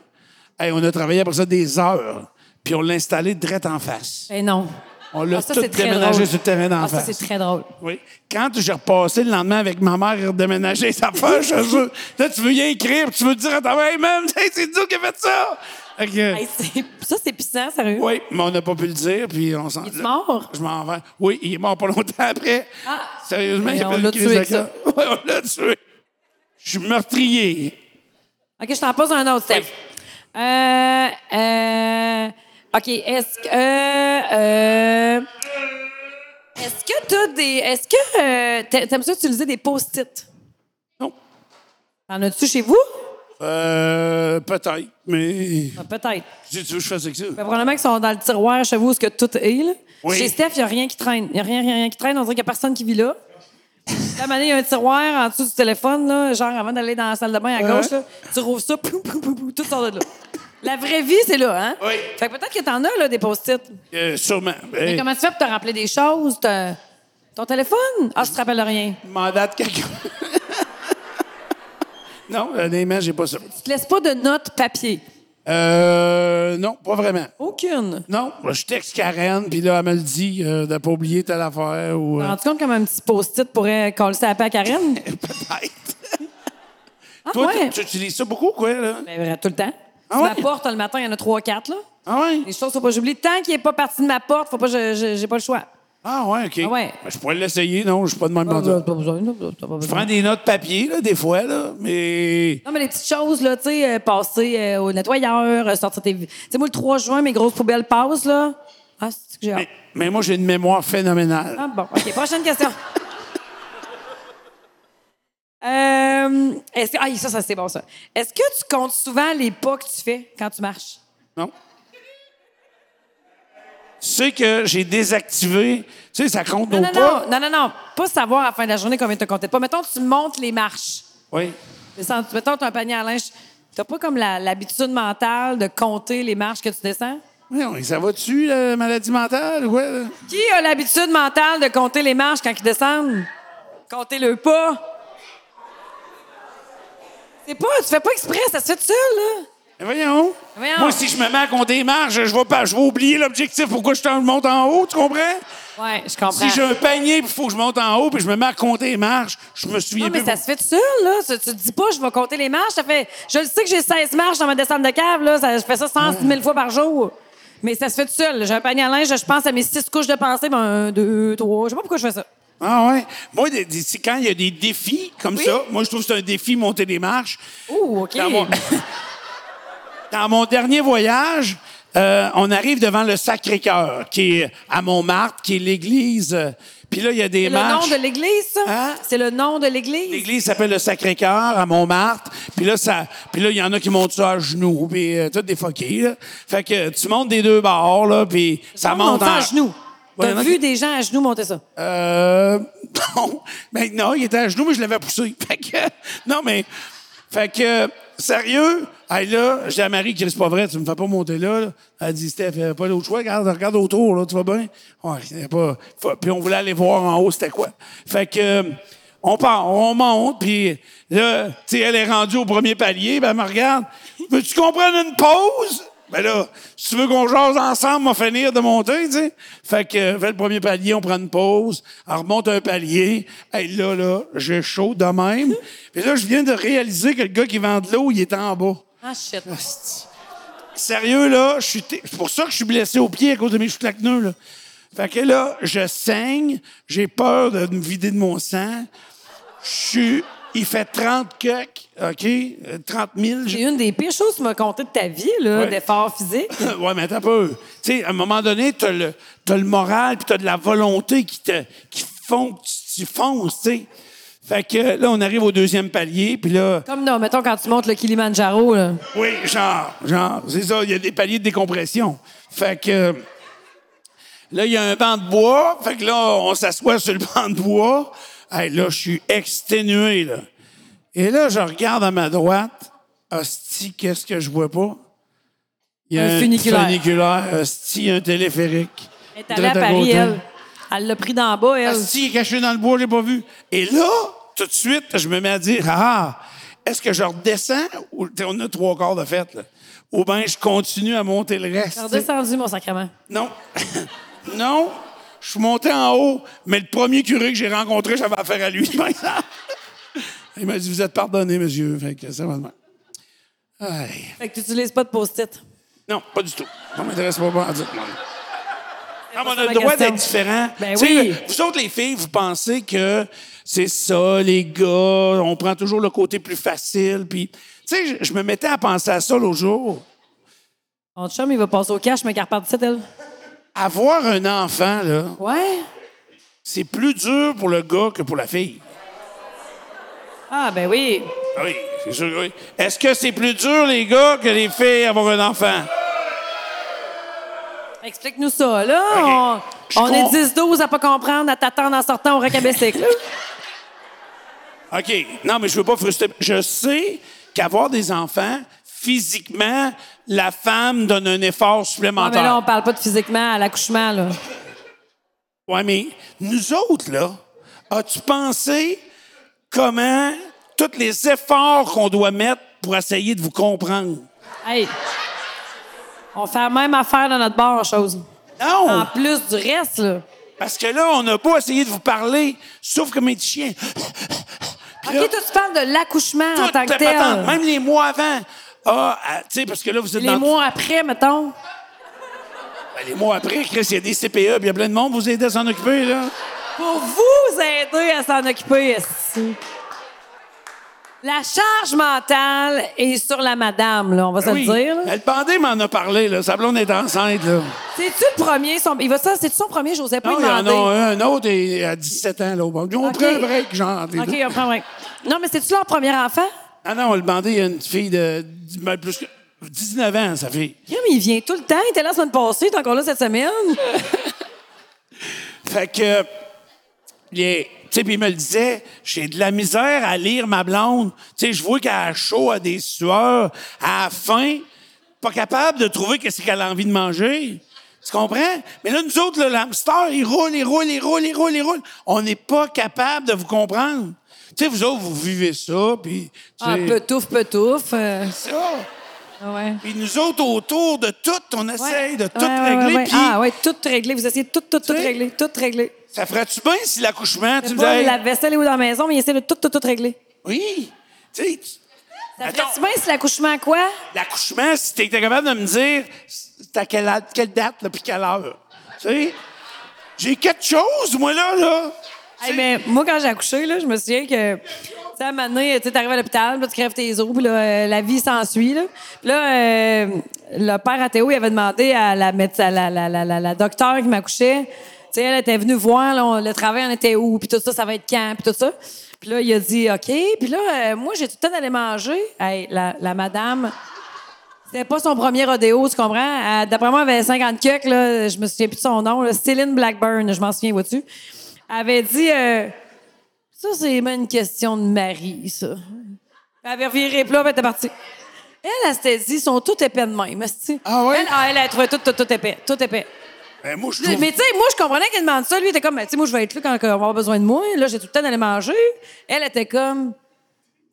C: Hey, on a travaillé après ça des heures. Puis on l'a installé direct en face.
D: Ben non.
C: On l'a
D: Ah, ça,
C: tout
D: c'est très
C: déménagé
D: drôle.
C: sur le terrain d'en
D: Ah, ça,
C: face.
D: c'est très drôle.
C: Oui. Quand j'ai repassé le lendemain avec ma mère redéménager sa affaires, je te jure, là, tu veux y écrire, puis tu veux dire à ta mère, même, c'est nous qui a fait ça! Fait que-
D: Hey, c'est- ça, c'est puissant, sérieux.
C: oui, mais on n'a pas pu le dire, puis on s'en.
D: Il est mort?
C: Je m'en vais. Oui, il est mort pas longtemps après.
D: Ah!
C: Sérieusement, il
D: Et
C: a
D: on
C: fait une
D: l'a
C: crise
D: tué
C: de
D: avec
C: cœur. Oui, on l'a tué. Je suis meurtrier.
D: OK, je t'en pose un autre, Steph. Euh, euh, OK, est-ce que... euh, euh, est-ce que t'as des... Est-ce que... euh, t'a- T'aimes ça utiliser des post-it?
C: Non.
D: T'en as-tu chez vous?
C: Euh, peut-être, mais.
D: Ah, Peut-être.
C: Si tu veux que je fasse avec ça.
D: Mais Ben, probablement qu'ils sont dans le tiroir chez vous, où est-ce que tout est, là.
C: Oui.
D: Chez Steph, il n'y a rien qui traîne. Il n'y a rien, rien, rien qui traîne. On dirait qu'il n'y a personne qui vit là. La manière, il y a un tiroir en dessous du téléphone, là, genre avant d'aller dans la salle de bain à gauche, là, tu rouvres ça, pou, pou, pou, pou, tout sort de là. La vraie vie, c'est là, hein?
C: Oui.
D: Fait que peut-être que t'en as, là, des post-it.
C: Euh, sûrement.
D: Mais
C: Hey,
D: comment tu fais pour te rappeler des choses? te- Ton téléphone? Ah, je te rappelle de rien.
C: Mandate quelqu'un. non, honnêtement, j'ai pas ça.
D: Tu te laisses pas de notes papier.
C: Euh, non, pas vraiment.
D: Aucune.
C: Non, bah, je texte Karen, puis là, elle me le dit euh, de pas oublier telle affaire ou.
D: Tu
C: euh,
D: rends compte comme un petit post-it pourrait coller ça à la paix à Karen?
C: peut-être.
D: Ah,
C: Toi,
D: ouais.
C: tu- tu utilises ça beaucoup, quoi, là?
D: Ben, vrai, tout le temps.
C: Ah
D: Sur
C: ouais?
D: ma porte, le matin, il y en a trois, quatre, là.
C: Ah ouais?
D: Les choses, faut pas j'oublie. Tant qu'il n'est pas parti de ma porte, faut pas, je- je- j'ai pas le choix.
C: Ah ouais, OK.
D: Ah ouais. Ah, ben.
C: Ben, je pourrais l'essayer, non, je suis pas de même dans ça. Je prends
D: Non,
C: des notes papier, là, des fois, là, mais...
D: mais les petites choses, là, tu sais, euh, passer euh, au nettoyeur, euh, sortir tes. Tu sais, moi, le 3 juin, mes grosses poubelles passent, là. Ah, c'est que j'ai hâte.
C: mais... mais moi, j'ai une mémoire phénoménale.
D: Ah, bon. OK, prochaine question. Euh, est-ce que. Ah, ça, ça, c'est bon, ça. Est-ce que tu comptes souvent les pas que tu fais quand tu marches?
C: Non? Tu sais que j'ai désactivé... Tu sais, ça compte
D: Non,
C: nos
D: non,
C: pas.
D: non, non, non, non. Pas savoir à la fin de la journée combien tu compté pas. Mettons, tu montes les marches.
C: Oui.
D: Descends- Mettons, tu as un panier à linge. T'as pas comme la- l'habitude mentale de compter les marches que tu descends?
C: Non, mais ça va-tu, la maladie mentale? Ouais, là?
D: Qui a l'habitude mentale de compter les marches quand ils descendent? Compter le pas? C'est pas, tu fais pas exprès, ça se fait tout seul, là.
C: Mais Voyons.
D: Voyons.
C: Moi, si je me mets à compter les marches, je vais, pas, je vais oublier l'objectif. Pourquoi je t'en monte en haut, tu comprends?
D: Ouais, je comprends.
C: Si j'ai un panier, il faut que je monte en haut, puis je me mets à compter les marches, je me souviens
D: Non, mais
C: plus
D: ça se fait tout seul, là. Tu, tu te dis pas, je vais compter les marches. Ça fait, je le sais que j'ai 16 marches dans ma descente de cave, là. Ça- je fais ça 100 000 fois par jour. Mais ça se fait tout seul. J'ai un panier à linge, je pense à mes six couches de pensée. Ben, un, deux, trois. Je sais pas pourquoi je fais ça.
C: Ah ouais. Moi, des- des- c'est quand il y a des défis comme
D: Oui.
C: ça, moi je trouve que c'est un défi monter des marches.
D: Ouh, OK.
C: Dans mon, dans mon dernier voyage, euh, on arrive devant le Sacré-Cœur, qui est à Montmartre, qui est l'église. euh, Puis là, il y a des
D: C'est le nom
C: marches.
D: de l'église, ça?
C: Hein?
D: C'est le nom de l'église?
C: L'église s'appelle le Sacré-Cœur à Montmartre. Puis là, ça, puis là, il y en a qui montent ça à genoux, puis euh, tout des fuckés, là. Fait que euh, tu montes des deux bords, là, puis ça
D: monte
C: monte
D: à genoux.
C: Ouais,
D: T'as
C: il y en a
D: vu
C: qui-
D: des gens à genoux monter ça?
C: Euh, non, mais non, il était à genoux, mais je l'avais poussé. Fait que, non, mais, fait que, sérieux, hey, là, j'ai à Marie qui dit, c'est pas vrai, tu me fais pas monter là. là. Elle dit, Steph, euh, pas d'autre choix, regarde, regarde autour, là, tu vas bien? Ouais, il y a pas, fa- puis on voulait aller voir en haut, c'était quoi. Fait que, euh, on part, on monte, puis là, tu sais, elle est rendue au premier palier, ben, elle me regarde. Veux-tu qu'on prenne une pause? Ben là, si tu veux qu'on jase ensemble, on va finir de monter, tu sais. Fait que, euh, fait le premier palier, on prend une pause, on remonte un palier. Hey, là, là, j'ai chaud de même. Puis là, je viens de réaliser que le gars qui vend de l'eau, il est en bas.
D: Ah, shit.
C: Sérieux, là, je suis t- c'est pour ça que je suis blessé au pied à cause de mes chutes nœuds là. Fait que là, je saigne, j'ai peur de me vider de mon sang. Je suis... Il fait 30 cucs, OK? Euh, 30 000. je-
D: C'est une des pires choses que tu m'as compté de ta vie, là,
C: Ouais.
D: d'effort physique.
C: ouais, mais attends un peu. Tu sais, à un moment donné, t'as le, t'as le moral puis t'as de la volonté qui te, qui font, que tu, tu fonces, tu sais. Fait que là, on arrive au deuxième palier, puis là,
D: Comme, non, mettons, quand tu montes le Kilimanjaro, là.
C: oui, genre, genre, c'est ça, il y a des paliers de décompression. Fait que là, il y a un banc de bois, fait que là, on s'assoit sur le banc de bois. Hey, là, je suis exténué, là. Et là, je regarde à ma droite, hostie, qu'est-ce que je vois pas? Il y a
D: Un
C: un,
D: funiculaire.
C: funiculaire, hostie, un téléphérique.
D: Elle est allée à
C: Drette
D: Paris,
C: côté.
D: elle. Elle l'a pris d'en bas, elle.
C: Asti, il est caché dans le bois, je l'ai pas vu. Et là, tout de suite, je me mets à dire, ah, est-ce que je redescends? Ou, t'sais, on a trois quarts de fête, là. Ou bien je continue à monter le reste.
D: J'ai redescendu, mon sacrement.
C: Non. Non, je suis monté en haut, mais le premier curé que j'ai rencontré, j'avais affaire à lui, par exemple. Il m'a dit, vous êtes pardonné, monsieur. Fait que ça va de même. Aïe.
D: Fait que tu n'utilises pas de post-it.
C: Non, pas du tout. Ça m'intéresse pas. pas en tout. Non. Ah, mais on
D: ça
C: a
D: ma
C: le droit
D: question.
C: d'être différent.
D: Ben
C: Tu sais,
D: oui.
C: Vous autres, les filles, vous pensez que c'est ça, les gars, on prend toujours le côté plus facile. Puis, tu sais, je- je me mettais à penser à ça l'autre jour.
D: Mon chum, il va passer au cash, mais qu'elle reparte ici, elle.
C: Avoir un enfant, là,
D: Ouais?
C: c'est plus dur pour le gars que pour la fille.
D: Ah, ben oui.
C: Ah Oui, c'est sûr, que oui. Est-ce que c'est plus dur, les gars, que les filles, avoir un enfant?
D: Explique-nous ça, là.
C: Ok. Je
D: On, on est
C: com-
D: 10-12 à pas comprendre, à t'attendre en sortant au recabessic, là.
C: OK. Non, mais je veux pas frustrer. Je sais qu'avoir des enfants, physiquement, la femme donne un effort
D: Ah,
C: supplémentaire.
D: mais là, on parle pas de physiquement, à l'accouchement, là.
C: Ouais, mais nous autres, là, as-tu pensé comment tous les efforts qu'on doit mettre pour essayer de vous comprendre?
D: Hey! On fait la même affaire dans notre bar, chose.
C: Non!
D: En plus du reste, là.
C: Parce que là, on a beau essayer de vous parler, sauf comme un petit chien. Puis là,
D: OK, toi, tu parles de l'accouchement en
C: toute
D: tant que
C: la patente,
D: tel.
C: même les mois avant. Ah, ah, tu sais, parce que là, vous êtes
D: Les
C: dans...
D: mois après, mettons.
C: Ben, les mois après, Chris, il y a des CPE, puis il y a plein de monde, vous aidez à s'en occuper, là.
D: Pour vous aider à s'en occuper, esti. La charge mentale est sur la madame, là, on va se
C: Oui. Euh.
D: le dire. là.
C: Mais Le bandé m'en a parlé, là. Sa blonde est enceinte, là.
D: C'est-tu le premier? Son... Il va ça, c'est-tu son premier? J'osais pas
C: Non,
D: lui
C: il y en
D: demander.
C: a un, un autre et à 17 ans, là. au bandé. On
D: OK.
C: prend un break, genre. les
D: OK, on prend, ouais. Non, mais c'est-tu leur premier enfant?
C: Ah non, le bandé, il y a une fille de dix- ben, plus que 19 ans, sa fille.
D: Non, mais il vient tout le temps. Il était là la semaine passée, il est encore là cette semaine.
C: Fait que, il est- tu sais, puis il me le disait, j'ai de la misère à lire ma blonde. Tu sais, je vois qu'elle a chaud, à des sueurs, à la faim, pas capable de trouver qu'est-ce qu'elle a envie de manger. Tu comprends? Mais là, nous autres, là, le hamster, il roule, il roule, il roule, il roule, il roule. On n'est pas capable de vous comprendre. Tu sais, vous autres, vous vivez ça, puis... tu
D: Ah,
C: sais,
D: petouf, petouf. euh,
C: ça.
D: ouais.
C: Puis nous autres, autour de tout, on essaye de
D: Ouais,
C: tout
D: ouais, ouais,
C: régler,
D: ouais.
C: puis...
D: Ah, oui, tout régler. Vous essayez de tout, tout, tout
C: sais,
D: régler. Tout régler.
C: Ça ferait-tu bien si l'accouchement, tu me
D: Pas
C: disais,
D: La vaisselle est où dans la maison, mais il essaie de tout, tout, tout régler.
C: oui, tu sais, tu-
D: Ça
C: Attends.
D: ferait-tu bien si l'accouchement, quoi?
C: l'accouchement, si t'étais capable de me dire, c'est à quelle, a- quelle date, là, puis quelle heure, tu sais, j'ai quelque chose, moi, là, là.
D: Hey, mais moi, quand j'ai accouché, là, je me souviens que, tu sais, à un moment donné, tu sais, t'arrives à l'hôpital, puis là, tu crèves tes os, puis là, euh, la vie s'ensuit, là. Puis là, euh, le père à Théo, il avait demandé à la, méde- à la, la, la, la, la docteur qui m'accouchait, tu sais, elle était venue voir, là, on- le travail en était où, puis tout ça, ça va être quand, puis tout ça. Puis là, il a dit, OK. Puis là, euh, moi, j'ai tout le temps d'aller manger. Hey, la, la madame, c'était pas son premier rodéo, tu comprends? Elle- D'après moi, elle avait 50 cucs, là. Je me souviens plus de son nom, là. Céline Blackburn, je m'en souviens, vois-tu? Elle avait dit, euh, ça, c'est même une question de mari, ça. Elle avait viré plat, puis elle était partie. Elle, elle s'était dit, ils sont tout épais de même, esti.
C: Ah ouais?
D: Elle, elle, elle trouvait tout, tout, tout épais, tout épais.
C: Ben, moi, je
D: Mais
C: trouve...
D: tu sais, moi, je comprenais qu'elle demande ça. Lui, il était comme, Ben, tu sais, moi, je vais être là quand on va avoir besoin de moi. Là, j'ai tout le temps d'aller manger. Elle était comme,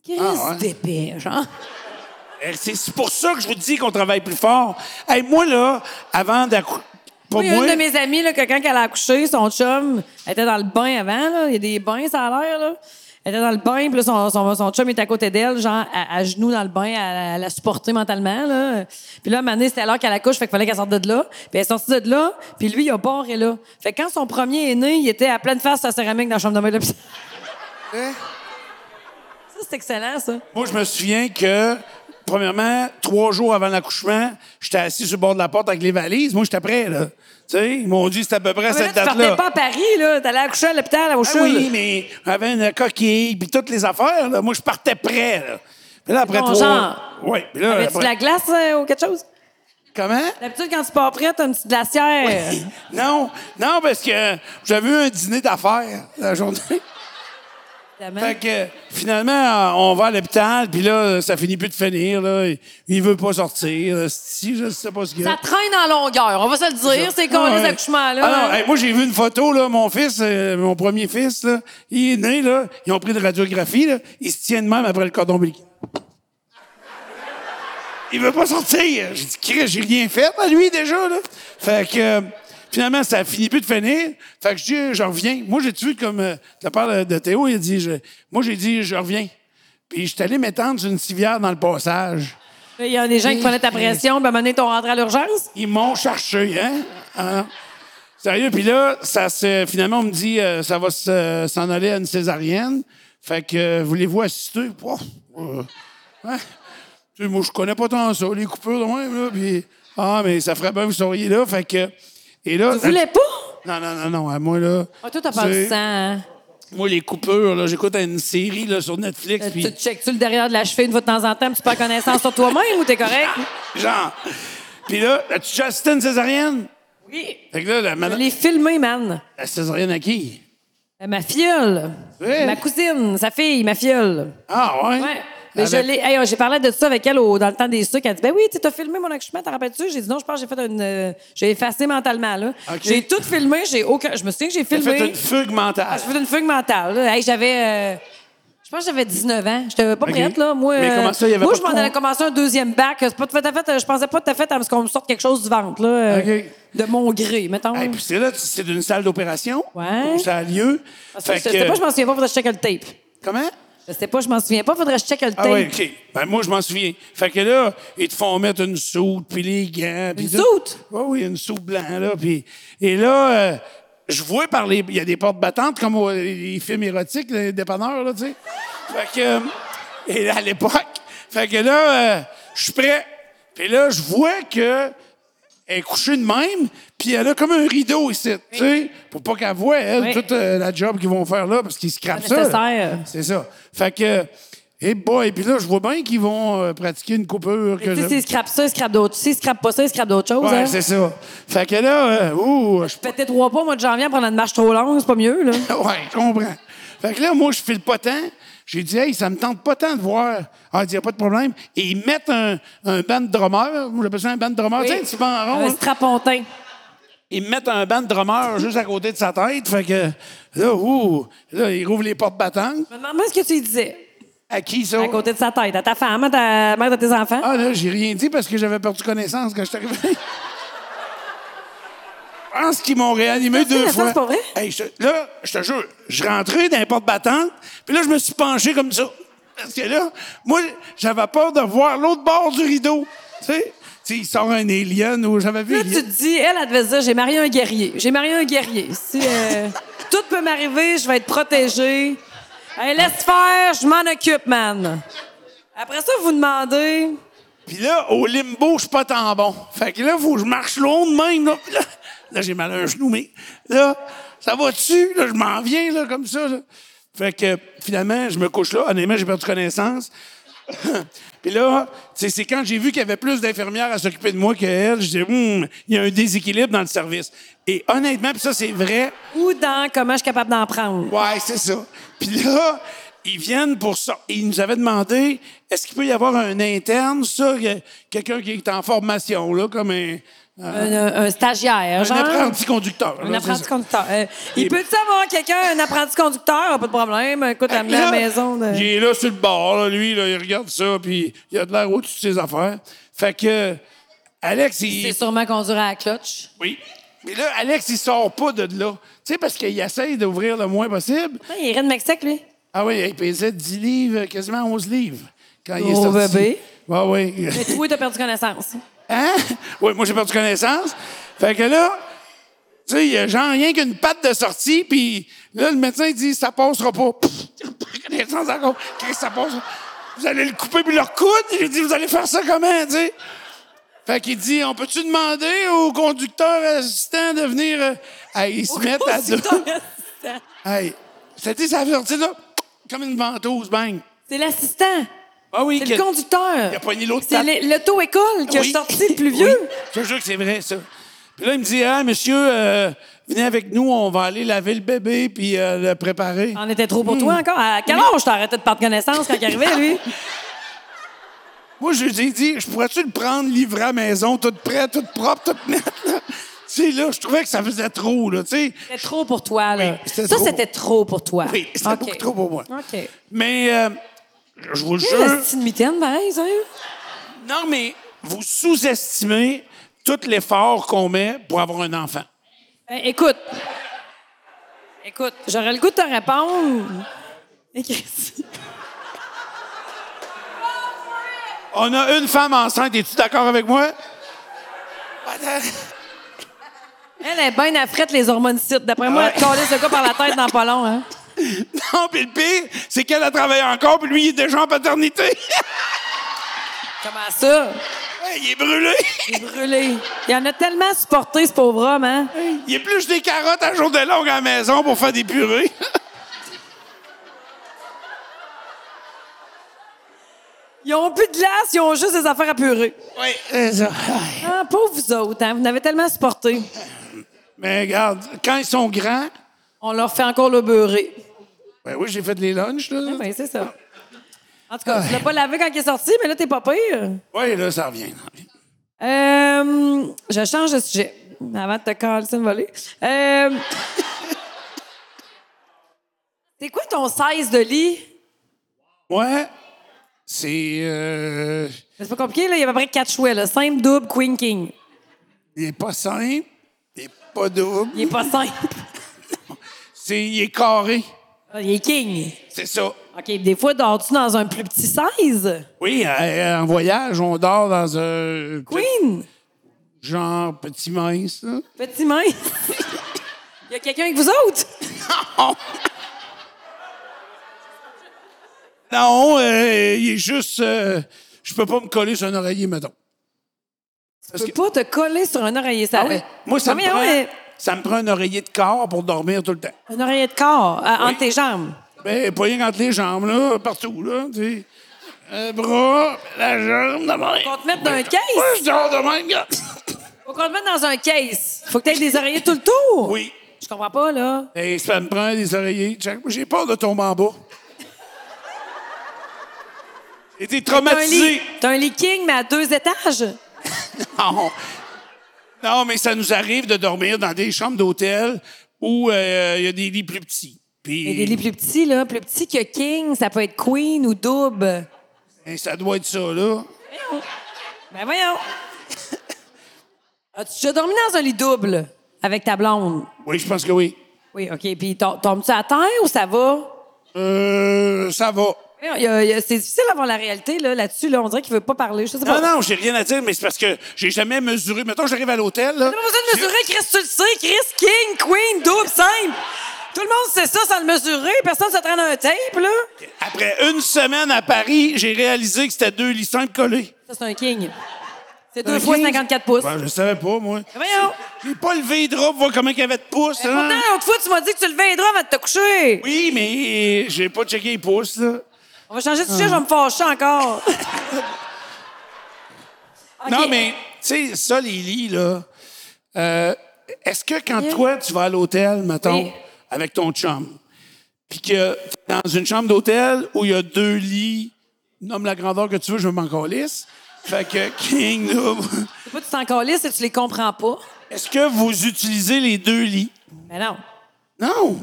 D: qu'est-ce
C: Ah
D: que
C: ouais.
D: d'épais, genre?
C: Eh, C'est c'est pour ça que je vous dis qu'on travaille plus fort. Hey, moi, là, avant d'accoucher... Pas
D: Oui,
C: moi.
D: une de mes amies, là, que quand elle a accouché, son chum elle était dans le bain avant. Là. Il y a des bains, ça a l'air. Là. Elle était dans le bain, puis là, son, son, son chum était à côté d'elle, genre à, à genoux dans le bain, à, à la supporter mentalement. Là. Puis là, à un moment donné, c'était l'heure qu'elle accouche, fait qu'il fallait qu'elle sorte de là. Puis elle est sortie de là, puis lui, il a barré là. Fait que quand son premier est né, il était à pleine face sa céramique dans la chambre de bain. là, puis-
C: Hein?
D: Ça, c'est excellent, ça.
C: Moi, je me souviens que, premièrement, trois jours avant l'accouchement, j'étais assis sur le bord de la porte avec les valises. Moi, j'étais prêt, là. Tu sais, ils m'ont dit, c'était à peu près à
D: Mais là,
C: cette
D: tu partais
C: date-là.
D: pas à Paris, là. T'allais accoucher à l'hôpital, au
C: Ah
D: Chul.
C: oui, mais j'avais une coquille, puis toutes les affaires, là. Moi, je partais prêt, là. Puis là, après
D: Ton
C: trois...
D: genre.
C: Oui, puis là,
D: Avais-tu
C: après-
D: de la glace euh, ou quelque chose?
C: Comment?
D: D'habitude, quand tu pars prêt, t'as une petite glacière.
C: Non, non, parce que j'avais eu un dîner d'affaires la journée.
D: Hein? Évidemment.
C: Fait que, finalement, euh, on va à l'hôpital, puis là, ça finit plus de finir, là. Il, il veut pas sortir. là. Si, je sais pas ce qu'il y a.
D: Ça traîne en longueur, on va se le dire, ces cons
C: euh, Ah, ouais.
D: accouchements-là.
C: Ah non, hey, moi, j'ai vu une photo, là, mon fils, euh, mon premier fils, là, il est né, là, ils ont pris de radiographie, là, il se tient de même après le cordon ombilical. Il veut pas sortir. J'ai dit, Chris, j'ai rien fait à lui, déjà, là. Fait que, euh, Finalement, ça finit plus de finir. Fait que je dis, je reviens. Moi, j'ai vu comme euh, de la part de- de Théo, il a dit, je- moi, j'ai dit, je reviens. Puis je suis allé m'étendre sur une civière dans le passage.
D: Là, Il y a des gens qui prenaient ta pression, puis à un moment donné, t'ont rentré à l'urgence.
C: Ils m'ont cherché, hein? Hein? Sérieux, puis là, ça se, finalement, on me dit, euh, ça va se- s'en aller à une césarienne. Fait que, euh, voulez-vous assister? Pouf, euh, hein? Tu sais, moi, je connais pas tant ça, les coupures de même, là, puis... Ah, mais ça ferait bien que vous seriez là, fait que... Et là... euh,
D: Tu voulais pas?
C: Non, non, non, non, à moi, là...
D: Ah, toi, t'as pas
C: Hein? c'est-
D: du sang. hein?
C: Moi, les coupures, là, j'écoute une série, là, sur Netflix, puis...
D: Euh, Tu te checkes-tu le derrière de la cheville une fois de temps en temps, puis tu perds connaissance sur toi-même ou t'es correct?
C: Genre... Puis là, as-tu déjà assisté à une césarienne?
D: Oui.
C: Fait que là, la, madame-
D: Les filmer, man.
C: la césarienne à qui?
D: Euh, Ma fiole.
C: Ouais.
D: Ma cousine, sa fille, ma fiole.
C: Ah, ouais?
D: Ouais. Mais je
C: Avec-
D: l'ai- hey, oh, j'ai parlé de ça avec elle au- dans le temps des sucres. Elle dit Ben oui, tu sais, t'as filmé mon accouchement, t'en rappelles-tu? J'ai dit non, je pense que j'ai fait une. euh, j'ai effacé mentalement, là.
C: OK.
D: J'ai tout filmé, j'ai aucun. Je me souviens que j'ai
C: T'as
D: filmé. Ah,
C: fait une fugue mentale.
D: J'ai fait une fugue mentale. là. Hey, j'avais. euh, je pense que j'avais 19 ans. J'étais pas
C: Ok.
D: prête, là. Moi,
C: Mais
D: euh,
C: comment ça, il y avait
D: moi
C: pas
D: je
C: de
D: m'en
C: cours?
D: allais commencer un deuxième bac. C'est pas tout à fait. euh, Je pensais pas tout à fait à ce qu'on me sorte quelque chose du ventre, là. euh,
C: Ok.
D: De mon gré, mettons.
C: Hey, puis c'est là, c'est d'une salle d'opération
D: Ouais.
C: où ça a lieu.
D: Parce que
C: Fait
D: je sais
C: que-
D: pas, je m'en souviens pas, faudrait que je check le tape.
C: Comment?
D: Je sais pas, je m'en souviens pas, faudrait que je check le tape.
C: Ah oui, OK. Ben, moi, je m'en souviens. Fait que là, ils te font mettre une soute, puis les gants. puis
D: Une
C: tout.
D: soute?
C: Oui, oui, une soute blanche, là. Puis... Et là, euh, je vois par les... Il y a des portes battantes, comme au- les films érotiques, les dépanneurs, là, tu sais. Fait que... euh, Et là, à l'époque... Fait que là, euh, je suis prêt. Puis là, je vois que... Elle est couchée de même, puis elle a comme un rideau ici, tu sais, pour pas qu'elle voie, elle,
D: Oui.
C: toute euh, la job qu'ils vont faire là, parce qu'ils scrapent
D: Pas
C: ça. là.
D: nécessaire.
C: C'est ça. Fait que, et boy, puis là, je vois bien qu'ils vont euh, pratiquer une coupure. Que
D: Tu sais,
C: j'aime.
D: s'ils scrapent ça, ils scrapent d'autres. S'ils scrapent pas ça, ils scrapent d'autres choses.
C: Ouais,
D: hein.
C: c'est ça. Fait que là, euh, ouh, je
D: Péter trois pas au mois de janvier en prenant une marche trop longue, c'est pas mieux, là.
C: ouais, je comprends. Fait que là, moi, je file pas tant. J'ai dit, hey, ça me tente pas tant de voir. Ah, il dit, y a pas de problème. Et ils mettent un, un band drummer. Moi, j'appelle ça un band drummer. Ah, Tu sais, un petit banc rond, hein.
D: Un
C: là.
D: strapontin.
C: Ils mettent un band drummer juste à côté de sa tête. Fait que là, ouh, là, ils rouvrent les portes battantes.
D: Je me demande pas ce que tu lui disais.
C: À qui ça?
D: À côté de sa tête, à ta femme, à ta mère de tes enfants.
C: Ah là, j'ai rien dit parce que j'avais perdu connaissance quand je suis arrivé. Je pense qu'ils m'ont réanimé
D: Perdu
C: deux
D: connaissance,
C: fois.
D: c'est pas vrai?
C: Hey, je te- là, je te jure, je rentrais dans les portes battantes, puis là, je me suis penché comme ça. Parce que là, moi, j'avais peur de voir l'autre bord du rideau. Tu sais, Tu sais, il sort un alien ou j'avais vu.
D: Là,
C: il-
D: tu te dis, elle, elle devait se dire, j'ai marié un guerrier. J'ai marié un guerrier. Si euh, tout peut m'arriver, je vais être protégée. Hey, laisse faire, je m'en occupe, man. Après ça, vous demandez.
C: Puis là, au limbo, je suis pas tant bon. Fait que là, faut que je marche long de même. Là, Puis là, là, j'ai mal à un genou, mais là, ça va dessus. Là, je m'en viens, là, comme ça. là. Fait que finalement, je me couche là. Honnêtement, j'ai perdu connaissance. Puis là, tu sais, c'est quand j'ai vu qu'il y avait plus d'infirmières à s'occuper de moi qu'elle, je dis, Hum, il y a un déséquilibre dans le service. Et honnêtement, puis ça, c'est vrai.
D: Ou dans comment je suis capable d'en prendre.
C: Ouais, c'est ça. Puis là, ils viennent pour ça. Et ils nous avaient demandé est-ce qu'il peut y avoir un interne, ça, que- quelqu'un qui est en formation, là, comme un,
D: Un, un- un stagiaire,
C: Ah. un
D: genre.
C: apprenti conducteur.
D: Un
C: là,
D: apprenti
C: c'est ça.
D: conducteur. Euh, il
C: Et-
D: peut-tu avoir quelqu'un, un apprenti conducteur? Pas de problème. Écoute, amener à la
C: Là,
D: maison. De...
C: Il est là sur le bord, là, lui, là, il regarde ça, puis il a de l'air au-dessus de ses affaires. Fait que, Alex, il.
D: C'est sûrement conduire à la clutch.
C: Oui. Mais là, Alex, il sort pas de là. Tu sais, parce qu'il essaye d'ouvrir le moins possible.
D: Ouais, il est de Mexique, lui.
C: Ah oui, il pesait 10 livres, quasiment 11 livres quand il est
D: Gros
C: sorti.
D: bébé.
C: Ouais, oui.
D: Mais toi, t'as perdu connaissance.
C: Hein? Oui, moi, j'ai perdu connaissance. Fait que là, tu sais, il y a genre rien qu'une patte de sortie, puis là, le médecin, il dit, ça passera pas. Pff, j'ai perdu connaissance encore. Qu'est-ce que ça passe? Vous allez le couper, puis le recoudre. J'ai dit, vous allez faire ça comment, tu sais? Fait qu'il dit, on peut-tu demander au conducteur assistant de venir. euh, Hey, ils se mettent à deux. Hey, ça dit, ça a sorti là, comme une ventouse, bang.
D: C'est l'assistant.
C: Ah oui,
D: C'est
C: que-
D: le conducteur.
C: Il a pogné l'autre
D: C'est
C: tape.
D: le- l'auto-école qui a
C: Oui.
D: sorti le plus vieux.
C: Oui. Je te jure que c'est vrai, ça. Puis là, il me dit, ah, monsieur, euh, venez avec nous, on va aller laver le bébé puis euh, le préparer.
D: On était trop pour toi
C: Hmm.
D: encore. À quel âge t'as arrêté de perdre connaissance quand il arrivait, lui?
C: Moi, je lui ai dit, je pourrais-tu le prendre, livrer à la maison, tout prêt, tout propre, tout net, là? Tu sais, là, je trouvais que ça faisait trop, là, tu sais.
D: C'était trop pour toi, là.
C: Oui, c'était
D: ça,
C: trop.
D: c'était trop pour toi.
C: Oui, c'était
D: OK.
C: beaucoup trop pour moi.
D: OK.
C: Mais, euh, je vous le
D: Tu sais, la
C: jure,
D: petite mitaine, pareil, sérieux?
C: non, mais vous sous-estimez tout l'effort qu'on met pour avoir un enfant.
D: Eh, écoute. Écoute, j'aurais le goût de te répondre. Eh, Christy.
C: On a une femme enceinte, es-tu d'accord avec moi?
D: Elle est bien affrète, les hormonicides. D'après moi,
C: Ouais.
D: elle te calisse le gars par la tête dans pas long. Hein?
C: Non, puis le pire, c'est qu'elle a travaillé encore, puis lui, il est déjà en paternité.
D: Comment ça?
C: il est brûlé.
D: Il est brûlé. Il en a tellement supporté, ce pauvre homme. Hein?
C: Il est plus des carottes à jour de longue à la maison pour faire des purées.
D: Ils ont plus de glace, ils ont juste des affaires à purer.
C: Oui, c'est ça.
D: Ah, pauvre vous autres, hein? vous n'avez tellement supporté.
C: Mais regarde, quand ils sont grands,
D: On leur fait encore le beurré.
C: ben oui, j'ai fait les lunchs, là.
D: Ben, c'est ça. En tout cas, tu l'as pas lavé quand il est sorti, mais là, t'es pas pire.
C: Oui, là, ça revient. ça revient.
D: Euh, je change de sujet. Avant de te caler une volée. Euh, c'est quoi ton 16 de lit?
C: Ouais, c'est... euh,
D: C'est pas compliqué, là. Il y a à peu près quatre choix, là. Simple, double, queen, king.
C: il est pas simple, il est pas double,
D: Il est pas simple.
C: c'est, il est carré.
D: Ah, Il est king.
C: C'est ça.
D: OK, des fois, dors-tu dans un plus petit 16?
C: Oui, euh, en voyage, on dort dans un...
D: Queen!
C: Genre petit mince, là.
D: Petit main. Il y a quelqu'un avec vous autres?
C: Non, euh, il est juste... euh, je peux pas me coller sur un oreiller, mettons.
D: Tu peux pas te coller sur un oreiller. Ça,
C: Ah Moi, ça me,
D: Combien,
C: prend,
D: ouais,
C: ça me prend un oreiller de corps pour dormir tout le temps.
D: Un oreiller de corps, euh, entre tes jambes.
C: Ben, pas rien qu'entre les jambes, là, partout, là, tu sais. Un bras, la jambe, de même.
D: Faut te mettre dans un
C: Moi,
D: case.
C: je dors de même, gars.
D: Faut qu'on te mette dans un case. Faut que t'aies des oreillers tout le tour.
C: Oui.
D: Je comprends pas, là.
C: Et ça me prend des oreillers. Jack, J'ai peur de tomber en bas. J'ai été
D: T'as un lit.
C: traumatisé.
D: T'as un lit king, mais à deux étages.
C: Non. Non, mais ça nous arrive de dormir dans des chambres d'hôtel où euh, il y a des lits plus petits.
D: Et des
C: Puis,
D: lits plus petits, là. Plus petits que king, ça peut être queen ou double.
C: et eh, ça doit être ça, là.
D: Ben voyons. As-tu déjà dormi dans un lit double avec ta blonde?
C: Oui, je pense que oui.
D: Oui, OK. Puis tom- tombes-tu à terre ou ça va?
C: Euh, ça va.
D: Voyons, il y a- il y a- C'est difficile d'avoir la réalité là, là-dessus. Là, on dirait qu'il veut pas parler. Je sais pas.
C: Non, non, j'ai rien à dire, mais c'est parce que j'ai jamais mesuré. Mettons, j'arrive à l'hôtel, là.
D: T'as pas besoin de mesurer, Chris, tu le sais. Chris, King, Queen, double, simple. Tout le monde sait ça sans le mesurer. Personne se traîne un tape, là.
C: Après une semaine à Paris, j'ai réalisé que c'était deux lits simples collés.
D: Ça, c'est un King. C'est
C: Un
D: deux fois
C: king?
D: 54 pouces.
C: Ben, Hein? je savais pas, moi.
D: Voyons.
C: J'ai pas levé les draps pour voir comment il y avait de pouces, hein.
D: Pourtant, l'autre fois, tu m'as dit que tu levais les draps avant de te coucher.
C: Oui, mais j'ai pas checké les pouces, là.
D: On va changer de
C: Hein.
D: sujet, je vais me fâcher encore. Ok.
C: Non, mais, tu sais, ça, les lits, là. euh, Est-ce que quand toi, tu vas à l'hôtel, mettons,
D: Oui.
C: avec ton chum, puis que t'es dans une chambre d'hôtel où il y a deux lits, nomme la grandeur que tu veux, je m'en calisse. Fait que King, là,
D: C'est pas que tu t'en calisses et tu les comprends pas.
C: est-ce que vous utilisez les deux lits?
D: Mais non.
C: Non!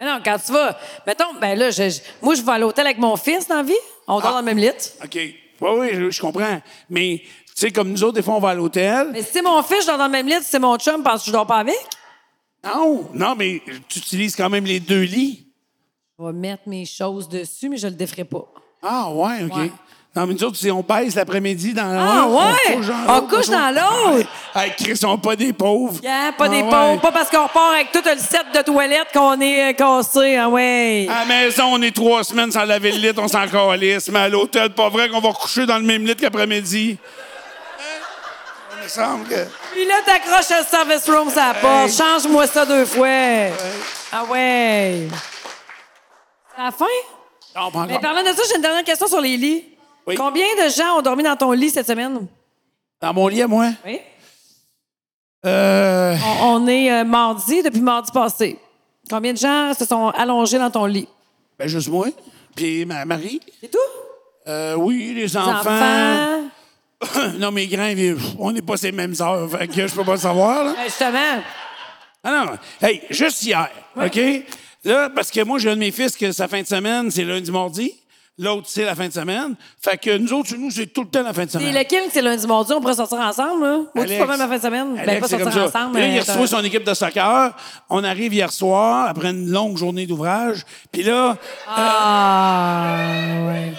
D: Mais non, quand tu vas. Mettons, ben là, je- je- moi, je vais à l'hôtel avec mon fils dans la vie. On dort dans le même lit.
C: OK. Oui, oui, je, je comprends. Mais, tu sais, comme nous autres, des fois, on va à l'hôtel.
D: Mais si c'est mon fils, je dors dans le même lit. Si c'est mon chum, pense que je dors pas avec?
C: Non, non, mais tu utilises quand même les deux lits.
D: Je vais mettre mes choses dessus, mais je le déferai pas.
C: Ah, ouais, OK.
D: Ouais.
C: Non, mais nous autres, tu sais, on baisse l'après-midi dans
D: Ah,
C: l'un,
D: ouais? On couche dans l'autre.
C: Hey, Chris, on n'est pas des pauvres.
D: Yeah, Hein? pas
C: Ah,
D: des
C: ouais.
D: pauvres, pas parce qu'on repart avec tout le set de toilettes qu'on est euh, cassé, ah ouais.
C: À la maison, on est trois semaines sans laver le lit, on s'en calisse. Mais à l'hôtel, pas vrai qu'on va coucher dans le même lit qu'après-midi. Hein? Il me semble que...
D: Puis là, t'accroches le service room ça porte. Change-moi ça deux fois. Ah ouais. C'est la fin?
C: Non, pas
D: Mais
C: encore.
D: parlant de ça, j'ai une dernière question sur les lits.
C: Oui.
D: Combien de gens ont dormi dans ton lit cette semaine?
C: Dans mon lit, à moi?
D: Oui.
C: Euh...
D: On, on est euh, mardi, depuis mardi passé. Combien de gens se sont allongés dans ton lit?
C: Ben, juste moi. Puis ma Marie.
D: C'est tout?
C: Euh, oui, les
D: Des
C: enfants.
D: enfants.
C: non, mes grands, ils- on n'est pas ces mêmes heures. Fait que je peux pas le savoir, là.
D: Ben, justement.
C: Ah non, hey, juste hier, OK? Là, parce que moi, j'ai un de mes fils que sa fin de semaine, c'est lundi, mardi. L'autre, c'est la fin de semaine. Fait que nous autres, chez nous, c'est tout le temps la fin de
D: C'est
C: semaine.
D: lequel que c'est lundi, mardi, on pourrait sortir ensemble, là? Ou tu
C: Alex.
D: peux même la fin de semaine? ben,
C: Alex,
D: pas
C: c'est
D: sortir
C: comme ça.
D: ensemble.
C: Et là,
D: mais
C: il a retrouvé son équipe de soccer. On arrive hier soir, après une longue journée d'ouvrage. Puis là,
D: Ah, ouais.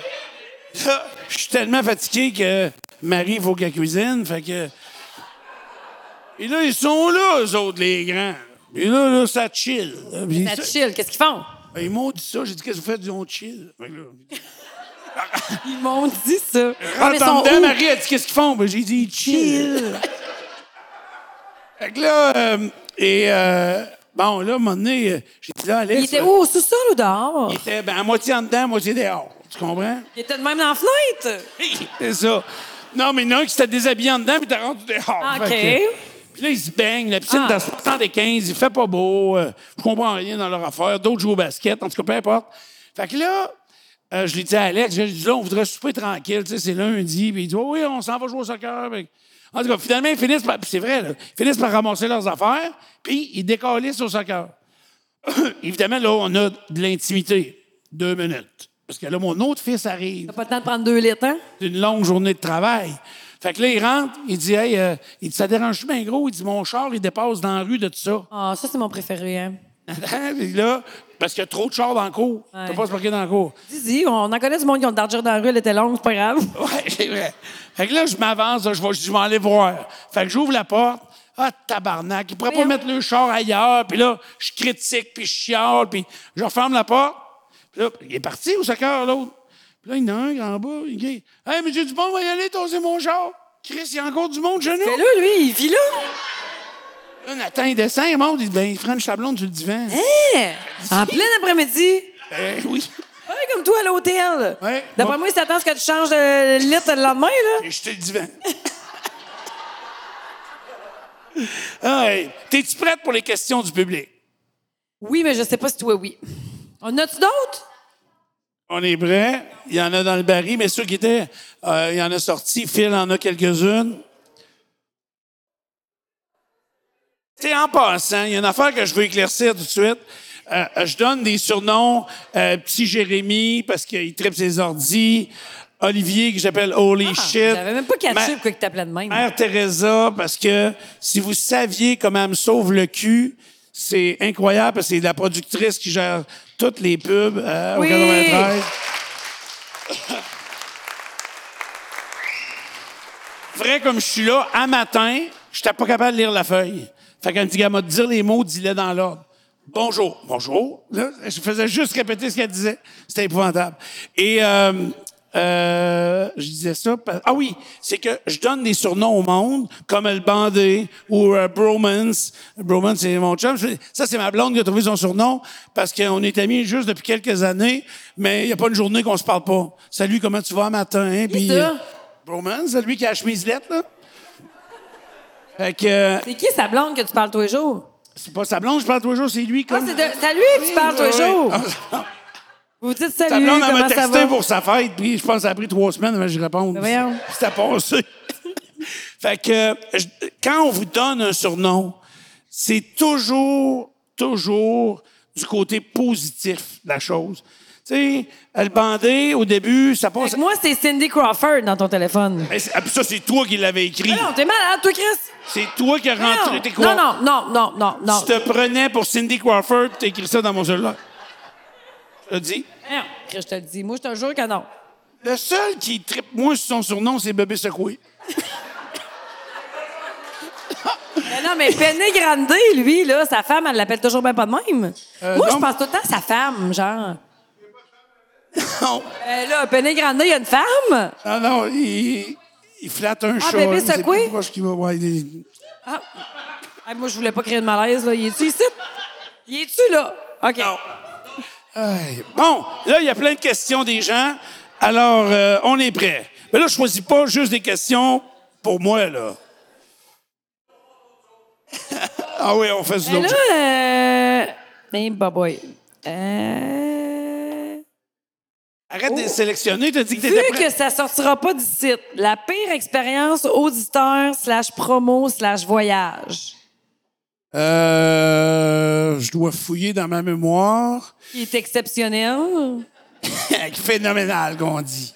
C: là, je suis tellement fatigué que Marie, il faut qu'elle cuisine. Fait que... Et là, ils sont là, eux autres, les grands. Et là, là, ça chill. Puis
D: Ça
C: ça-
D: chill, qu'est-ce qu'ils font?
C: Ah, Ils m'ont dit ça. J'ai dit, qu'est-ce que vous faites? Ils ont chill. Fait que là,
D: Ils m'ont dit ça. Ah,
C: En
D: mais ils sont
C: dedans,
D: où?
C: Marie a dit qu'est-ce qu'ils font? Ben, j'ai dit chill. fait que là, euh, et euh, bon, là, à un moment donné, euh, j'ai dit là, Alex.
D: Ils étaient
C: euh,
D: où, au sous-sol ou dehors?
C: Il était ben, à moitié en dedans, à moitié dehors. Tu comprends?
D: Ils étaient de même dans la fenêtre.
C: C'est ça. Non, mais non, qui s'était déshabillé en dedans, puis t'as rendu dehors.
D: Ah, OK.
C: Fait que- Puis là, ils se baignent. La piscine
D: Ah.
C: dans 75, il fait pas beau. euh, je comprends rien dans leur affaire. D'autres jouent au basket, en tout cas, peu importe. Fait que là, euh, je lui dis à Alex, je lui dis là, on voudrait souper tranquille, tu sais, c'est lundi. Puis il dit, Oh oui, on s'en va jouer au soccer. Fait que- En tout cas, finalement, ils finissent par, puis c'est vrai, là, ils finissent par ramasser leurs affaires, puis ils décalissent au soccer. Évidemment, là, on a de l'intimité. Deux minutes. Parce que là, mon autre fils arrive.
D: T'as pas le temps de prendre deux litres, hein?
C: C'est une longue journée de travail. Fait que là, il rentre, il dit, hey, euh, il dit, ça dérange bien gros. Il dit, mon char, il dépasse dans la rue de tout ça.
D: Ah, ça, c'est mon préféré, hein?
C: Puis là, parce qu'il y a trop de chars dans le cours. Tu
D: Ouais.
C: peux pas se parquer dans le cours.
D: Dis-y, on en connaît du monde qui ont le darger dans la rue, elle était longue, c'est pas grave.
C: Ouais, c'est vrai. Fait que là, je m'avance, là, je vais, je dis, je vais aller voir. Fait que j'ouvre la porte. Ah, tabarnak, il pourrait pas
D: Voyons.
C: mettre le char ailleurs. Puis là, je critique, puis je chiale, puis je referme la porte. Puis là, il est parti au soccer, l'autre. Puis là, il y en a un en bas. Il dit, hey, monsieur Dupont, va y aller, toser mon char. Chris, il y a encore du monde chez nous.
D: Mais là, lui, il vit là.
C: Là, Nathan, il descend, il monte, il dit, ben, French Chablon sur le divan.
D: Hein? En plein après-midi.
C: Ben oui.
D: Ouais, comme toi à l'hôtel.
C: Ouais.
D: D'après
C: Bon.
D: moi, il s'attend à ce que tu changes de litre le lendemain, là.
C: Et j'étais le divan. Ah, hey. T'es-tu prête pour les questions du public?
D: Oui, mais je sais pas si toi, oui. On a-tu d'autres?
C: On est prêt. Il y en a dans le baril, mais ceux qui étaient, euh, il y en a sorti. Phil en a quelques-unes. T'sais, en passant, il y a une affaire que je veux éclaircir tout de suite. Euh, euh, je donne des surnoms. euh, petit Jérémy, parce qu'il tripe ses ordis. Olivier, que j'appelle Holy Shit.
D: Ah, J'avais même pas
C: Ma-
D: catché pourquoi que t'appelais de même.
C: Mère Teresa, parce que si vous saviez comment elle me sauve le cul, c'est incroyable parce que c'est la productrice qui gère toutes les pubs euh, au
D: Oui.
C: 93. Vrai comme je suis là, à matin, j'étais pas capable de lire la feuille. Fait qu'elle me dit, m'a dire les mots, dis-les dans l'ordre. Bonjour, bonjour. Là, je faisais juste répéter ce qu'elle disait. C'était épouvantable. Et euh, euh, je disais ça. pa- Ah oui, c'est que je donne des surnoms au monde, comme le bandé ou euh, Bromance. Bromance, c'est mon chum. Je- Ça, c'est ma blonde qui a trouvé son surnom parce qu'on est amis juste depuis quelques années, mais il n'y a pas une journée qu'on se parle pas. Salut, comment tu vas matin? hein? Puis,
D: ça?
C: euh, Bromance, c'est lui qui a la chemise lettre, là. Fait que euh,
D: C'est qui sa blonde que tu parles tous les jours?
C: c'est pas sa blonde, je parle tous les jours, c'est lui
D: Ah,
C: comme.
D: c'est de- c'est à lui que tu parles tous les
C: Oui, oui,
D: jours.
C: oui.
D: Vous dites
C: Sa
D: salut,
C: blonde, elle m'a
D: Ah. comment ça va?
C: texté pour sa fête, puis je pense que ça a pris trois semaines avant que je réponde.
D: Ben voyons.
C: C'était passé. fait que euh, je- quand on vous donne un surnom, c'est toujours, toujours du côté positif de la chose. Tu sais, elle bandait au début, ça
D: Fait
C: passe.
D: que Moi, c'est Cindy Crawford dans ton téléphone. Ah
C: Mais c'est- ah, puis ça, c'est toi qui l'avais écrit.
D: Non, t'es malade, toi, Chris.
C: C'est toi qui as rentré.
D: Non,
C: T'es quoi?
D: non, non, non, non, non, non.
C: Tu te prenais pour Cindy Crawford, t'as écrit ça dans mon cellulaire. Je te dis.
D: Non, Chris, je te le dis. Moi, je te jure que non.
C: Le seul qui tripe moins sur son surnom, c'est Bébé Secoué.
D: Mais Ben non, mais Penny Grande, lui, là, sa femme, elle l'appelle toujours bien pas de même. Moi, je
C: non.
D: pense tout le temps à sa femme, genre.
C: Non.
D: Euh, là, Penny Grande, il y a une femme?
C: Non, Ah non, il, il flatte un
D: Ah,
C: chat.
D: Bébé
C: là, c'est
D: Secoué?
C: plus proche qu'il va. Ouais, il-
D: Ah, moi, je voulais pas créer de malaise, là. Il est-tu ici? Il est-tu, là? OK.
C: Aïe. Bon, là, il y a plein de questions des gens. Alors, euh, on est prêt. Mais là, je choisis pas juste des questions pour moi, là. ah oui, on fait du
D: Mais
C: l'autre.
D: là, euh... Mais, bah, boy. Euh...
C: Arrête de les sélectionner. T'as dit que t'étais
D: Vu
C: prêt.
D: que ça sortira pas du site, la pire expérience auditeur slash promo slash voyage
C: Euh, je dois fouiller dans ma mémoire.
D: qui est exceptionnelle.
C: Tabarnak, phénoménal qu'on dit.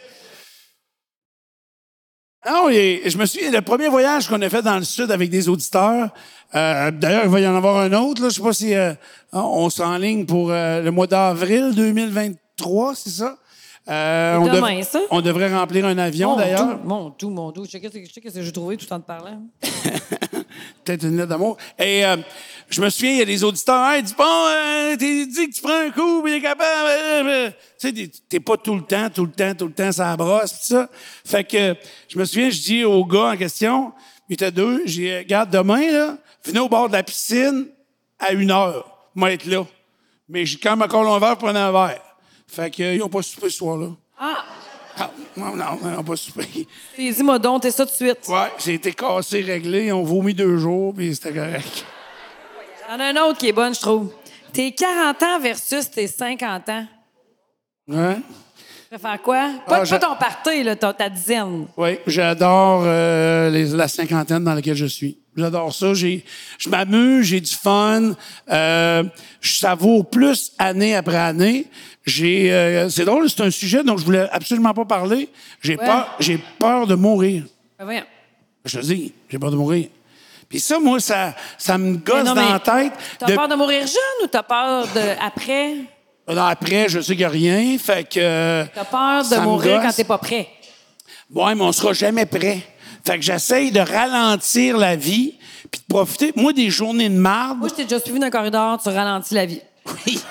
C: Non, et je me souviens, le premier voyage qu'on a fait dans le sud avec des auditeurs, euh, d'ailleurs, il va y en avoir un autre, là, je sais pas si euh, on s'en ligne pour euh, le mois d'avril 2023, c'est ça? Euh, on,
D: demain, ça? Oh,
C: on devrait remplir un avion,
D: Mon
C: d'ailleurs.
D: doux, mon doux, mon doux. Je sais qu'est-ce que- je sais qu'est-ce que j'ai trouvé tout le temps de parler.
C: peut-être une lettre d'amour. Et euh, je me souviens, il y a des auditeurs, hey, dis bon, euh, t'es dit que tu prends un coup, puis il est capable. euh, euh. Tu sais, t'es- t'es pas tout le temps, tout le temps, tout le temps, ça brosse, pis ça. Fait que je me souviens, je dis au gars en question, il était deux, j'ai dit, regarde, demain, là, venez au bord de la piscine à une heure. Moi, être là. Mais j'ai quand même encore un verre, prenez un verre. Fait que, euh, ils ont pas soupé ce soir-là.
D: Ah!
C: Ah, non, non, ils n'ont pas soupé.
D: T'es dit, moi donc, t'es ça tout de suite.
C: Ouais, j'ai été cassé, réglé, on vomit deux jours, puis c'était correct.
D: J'en ai un autre qui est bonne, je trouve. T'es 40 ans versus tes 50 ans.
C: Ouais.
D: Tu préfères quoi? Pas,
C: Ah, je-
D: pas ton party, là, ton- ta dizaine.
C: Oui, j'adore euh, les- la cinquantaine dans laquelle je suis. J'adore ça. J'ai, je m'amuse, j'ai du fun. Euh, je savoure plus année après année. J'ai, euh, c'est drôle, c'est un sujet dont je voulais absolument pas parler. J'ai peur, j'ai peur de mourir.
D: Ben, voyons.
C: Je te dis, j'ai peur de mourir. Puis ça, moi, ça, ça me gosse
D: Ben non,
C: dans
D: mais
C: la tête.
D: T'as
C: de-
D: peur de mourir jeune ou t'as peur de après?
C: Non, après, je sais qu'il n'y a rien. Fait que. euh,
D: T'as peur de
C: ça me
D: mourir
C: gosse.
D: quand t'es pas prêt?
C: Ouais, mais on sera jamais prêt. Fait que j'essaye de ralentir la vie puis de profiter. Moi, des journées de marde.
D: Moi, je t'ai déjà suivi dans le corridor, tu ralentis la vie.
C: Oui.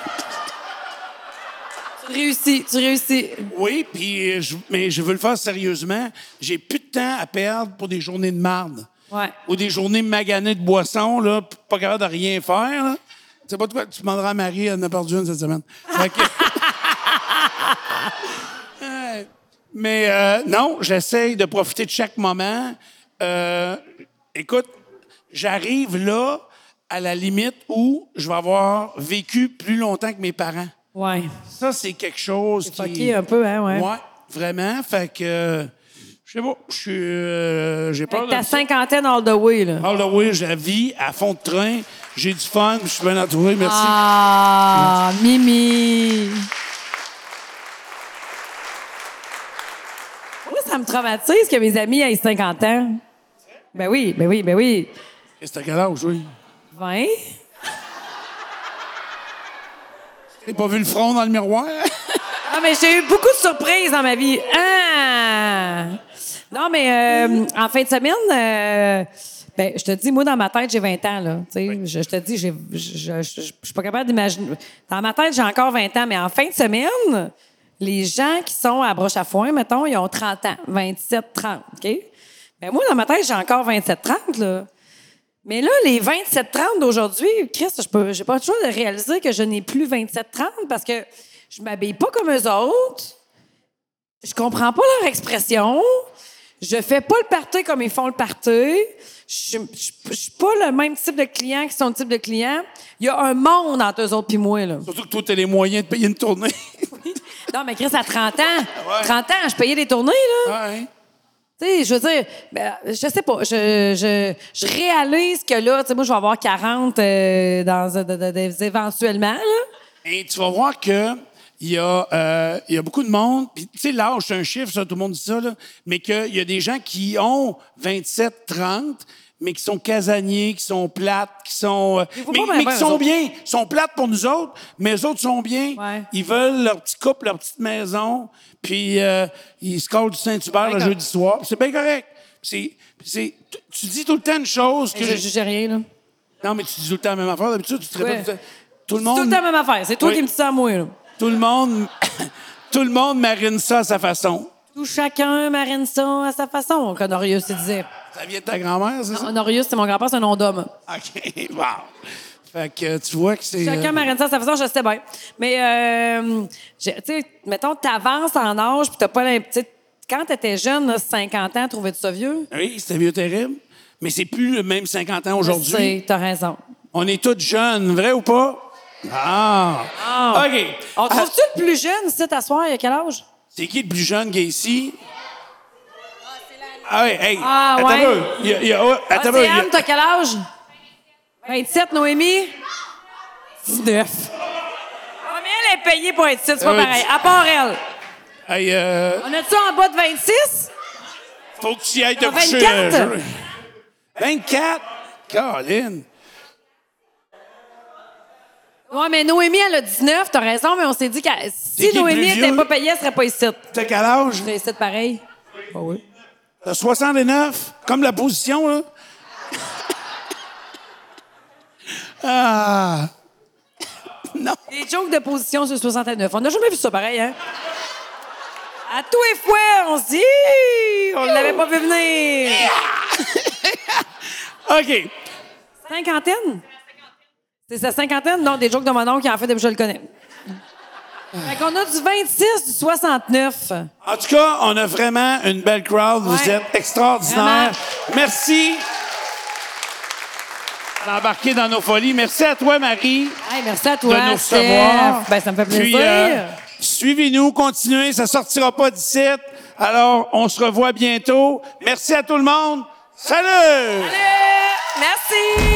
D: Tu réussis, tu réussis.
C: Oui, puis euh, je- mais je veux le faire sérieusement. J'ai plus de temps à perdre pour des journées de marde.
D: Ouais.
C: Ou des journées maganées de boissons, là, p- pas capable de rien faire. là. C'est pas toi que tu demanderas à Marie, elle en a perdu une cette semaine. Fait que- Ouais. mais euh, non, j'essaye de profiter de chaque moment. Euh, écoute, j'arrive là à la limite où je vais avoir vécu plus longtemps que mes parents.
D: Ouais.
C: Ça, c'est quelque chose
D: C'est
C: qui...
D: fucké un peu, hein, ouais.
C: Ouais, vraiment. Fait que, euh, je sais pas, je suis, euh, j'ai peur
D: Avec
C: de
D: ta
C: ça.
D: cinquantaine all the way, là.
C: Ah, là, oui, je la vis à fond de train. J'ai du fun, je suis bien entouré, merci.
D: Ah, Mimi! Moi, ça me traumatise que mes amis aient 50 ans. Ben oui, ben oui, ben oui.
C: Et C'était quel âge, oui?
D: 20?
C: T'as pas vu le front dans le miroir?
D: Ah, mais j'ai eu beaucoup de surprises dans ma vie. Ah! Non, mais euh, en fin de semaine, euh, ben, je te dis, moi, dans ma tête, j'ai 20 ans. Là, Tu sais, je, je te dis, j'ai- je ne suis pas capable d'imaginer. Dans ma tête, j'ai encore 20 ans, mais en fin de semaine, les gens qui sont à broche à foin, mettons, ils ont 30 ans, 27, 30. OK? Ben, moi, dans ma tête, j'ai encore 27, 30. Là. Mais là, les 27-30 d'aujourd'hui, Chris, je peux, j'ai pas le choix de réaliser que je n'ai plus 27-30 parce que je m'habille pas comme eux autres. Je comprends pas leur expression. Je fais pas le party comme ils font le party. Je, je, je suis pas le même type de client qui sont le type de client. Il y a un monde entre eux autres puis moi, là.
C: Surtout que toi, t'as les moyens de payer une tournée.
D: Non, mais Chris, à 30 ans, 30 ans, je payais des tournées, là.
C: ouais.
D: Tu sais, je veux dire, ben, je sais pas, je, je, je réalise que là, tu sais, moi, je vais avoir 40 euh, dans, euh, de- de- de- éventuellement, là.
C: Et tu vas voir que il y, a, euh, il y a beaucoup de monde, puis tu sais, l'âge, c'est un chiffre, ça, tout le monde dit ça, là, mais qu'il y a des gens qui ont 27, 30, mais qui sont casaniers, qui sont plates, qui sont... euh,
D: faut
C: mais
D: pas bien
C: mais
D: faire
C: qui
D: eux
C: sont
D: autres.
C: bien, Ils sont plates pour nous autres, mais eux autres sont bien.
D: Ouais.
C: Ils veulent leur petit couple, leur petite maison, puis euh, ils se collent du Saint-Hubert le
D: correct.
C: jeudi soir. C'est bien correct. C'est, c'est, tu- tu dis tout le temps une chose que...
D: Je juge rien, là.
C: Non, mais tu dis tout le temps la même affaire. D'habitude, tu te
D: Ouais.
C: répètes tout le temps. Tout le
D: C'est
C: monde...
D: tout le temps la même affaire. C'est toi
C: Oui.
D: qui me dis ça à moi, là.
C: Tout le monde, tout le monde marine ça à sa façon.
D: Tout chacun marine ça à sa façon, qu'Honorius il disait.
C: Ça vient de ta grand-mère, c'est ça?
D: Honorius, c'est mon grand-père, c'est un nom d'homme.
C: OK, wow. Fait que tu vois que c'est...
D: Chacun
C: euh,
D: marine ça à sa façon, je sais bien. Mais, euh, j'ai- tu sais, mettons, t'avances en âge, puis t'as pas l'im- tu sais, Quand t'étais jeune, là, 50 ans, trouvais-tu ça vieux?
C: Oui, c'était vieux terrible, mais c'est plus le même 50 ans
D: Tu
C: aujourd'hui.
D: sais, T'as raison.
C: On est tous jeunes, vrai ou pas? Ah!
D: Ah.
C: OK.
D: On
C: Ah,
D: trouve-tu le plus jeune ici, t'asseoir, il y a quel âge?
C: c'est qui le plus jeune qui est ici? Ah, ouais, hey,
D: Ah,
C: attends
D: ouais.
C: un peu. Il y a- il y a- ouais, attends un
D: Ah,
C: peu,
D: c'est
C: il y a-
D: Anne, t'as quel âge? 27, Noémie? 19. Ah, mais elle est payée pour être ici, c'est pas
C: Euh,
D: pareil.
C: dix-
D: À part elle.
C: Hey, euh,
D: On a-tu en bas de 26?
C: faut que tu y ailles te
D: Ah,
C: coucher.
D: 24?
C: euh, je- 24? Caroline.
D: Ouais, mais Noémie, elle a 19, t'as raison, mais on s'est dit que
C: C'est
D: si
C: qui le
D: Noémie
C: plus vieux?
D: était pas payée, elle serait pas ici.
C: T'as quel âge?
D: T'es ici pareil.
C: T'as 69? Comme la position, là. ah. Non.
D: Des jokes de position sur 69. On n'a jamais vu ça pareil, hein? À tous les fois, on se dit, on l'avait pas vu venir.
C: OK.
D: Cinquantaine? C'est sa cinquantaine? Non, des jokes de mon oncle, en fait, depuis que je le connais. Fait qu'on a du 26, du 69.
C: En tout cas, on a vraiment une belle crowd. Vous
D: Ouais.
C: êtes extraordinaire. Merci d'embarquer dans nos folies. Merci à toi, Marie,
D: Hey, merci à
C: de
D: toi.
C: nous
D: Steph.
C: recevoir.
D: Ben, ça me fait plaisir.
C: Puis, euh, Suivez-nous, continuez. Ça sortira pas d'ici. Alors, on se revoit bientôt. Merci à tout le monde. Salut!
D: Euh, Merci!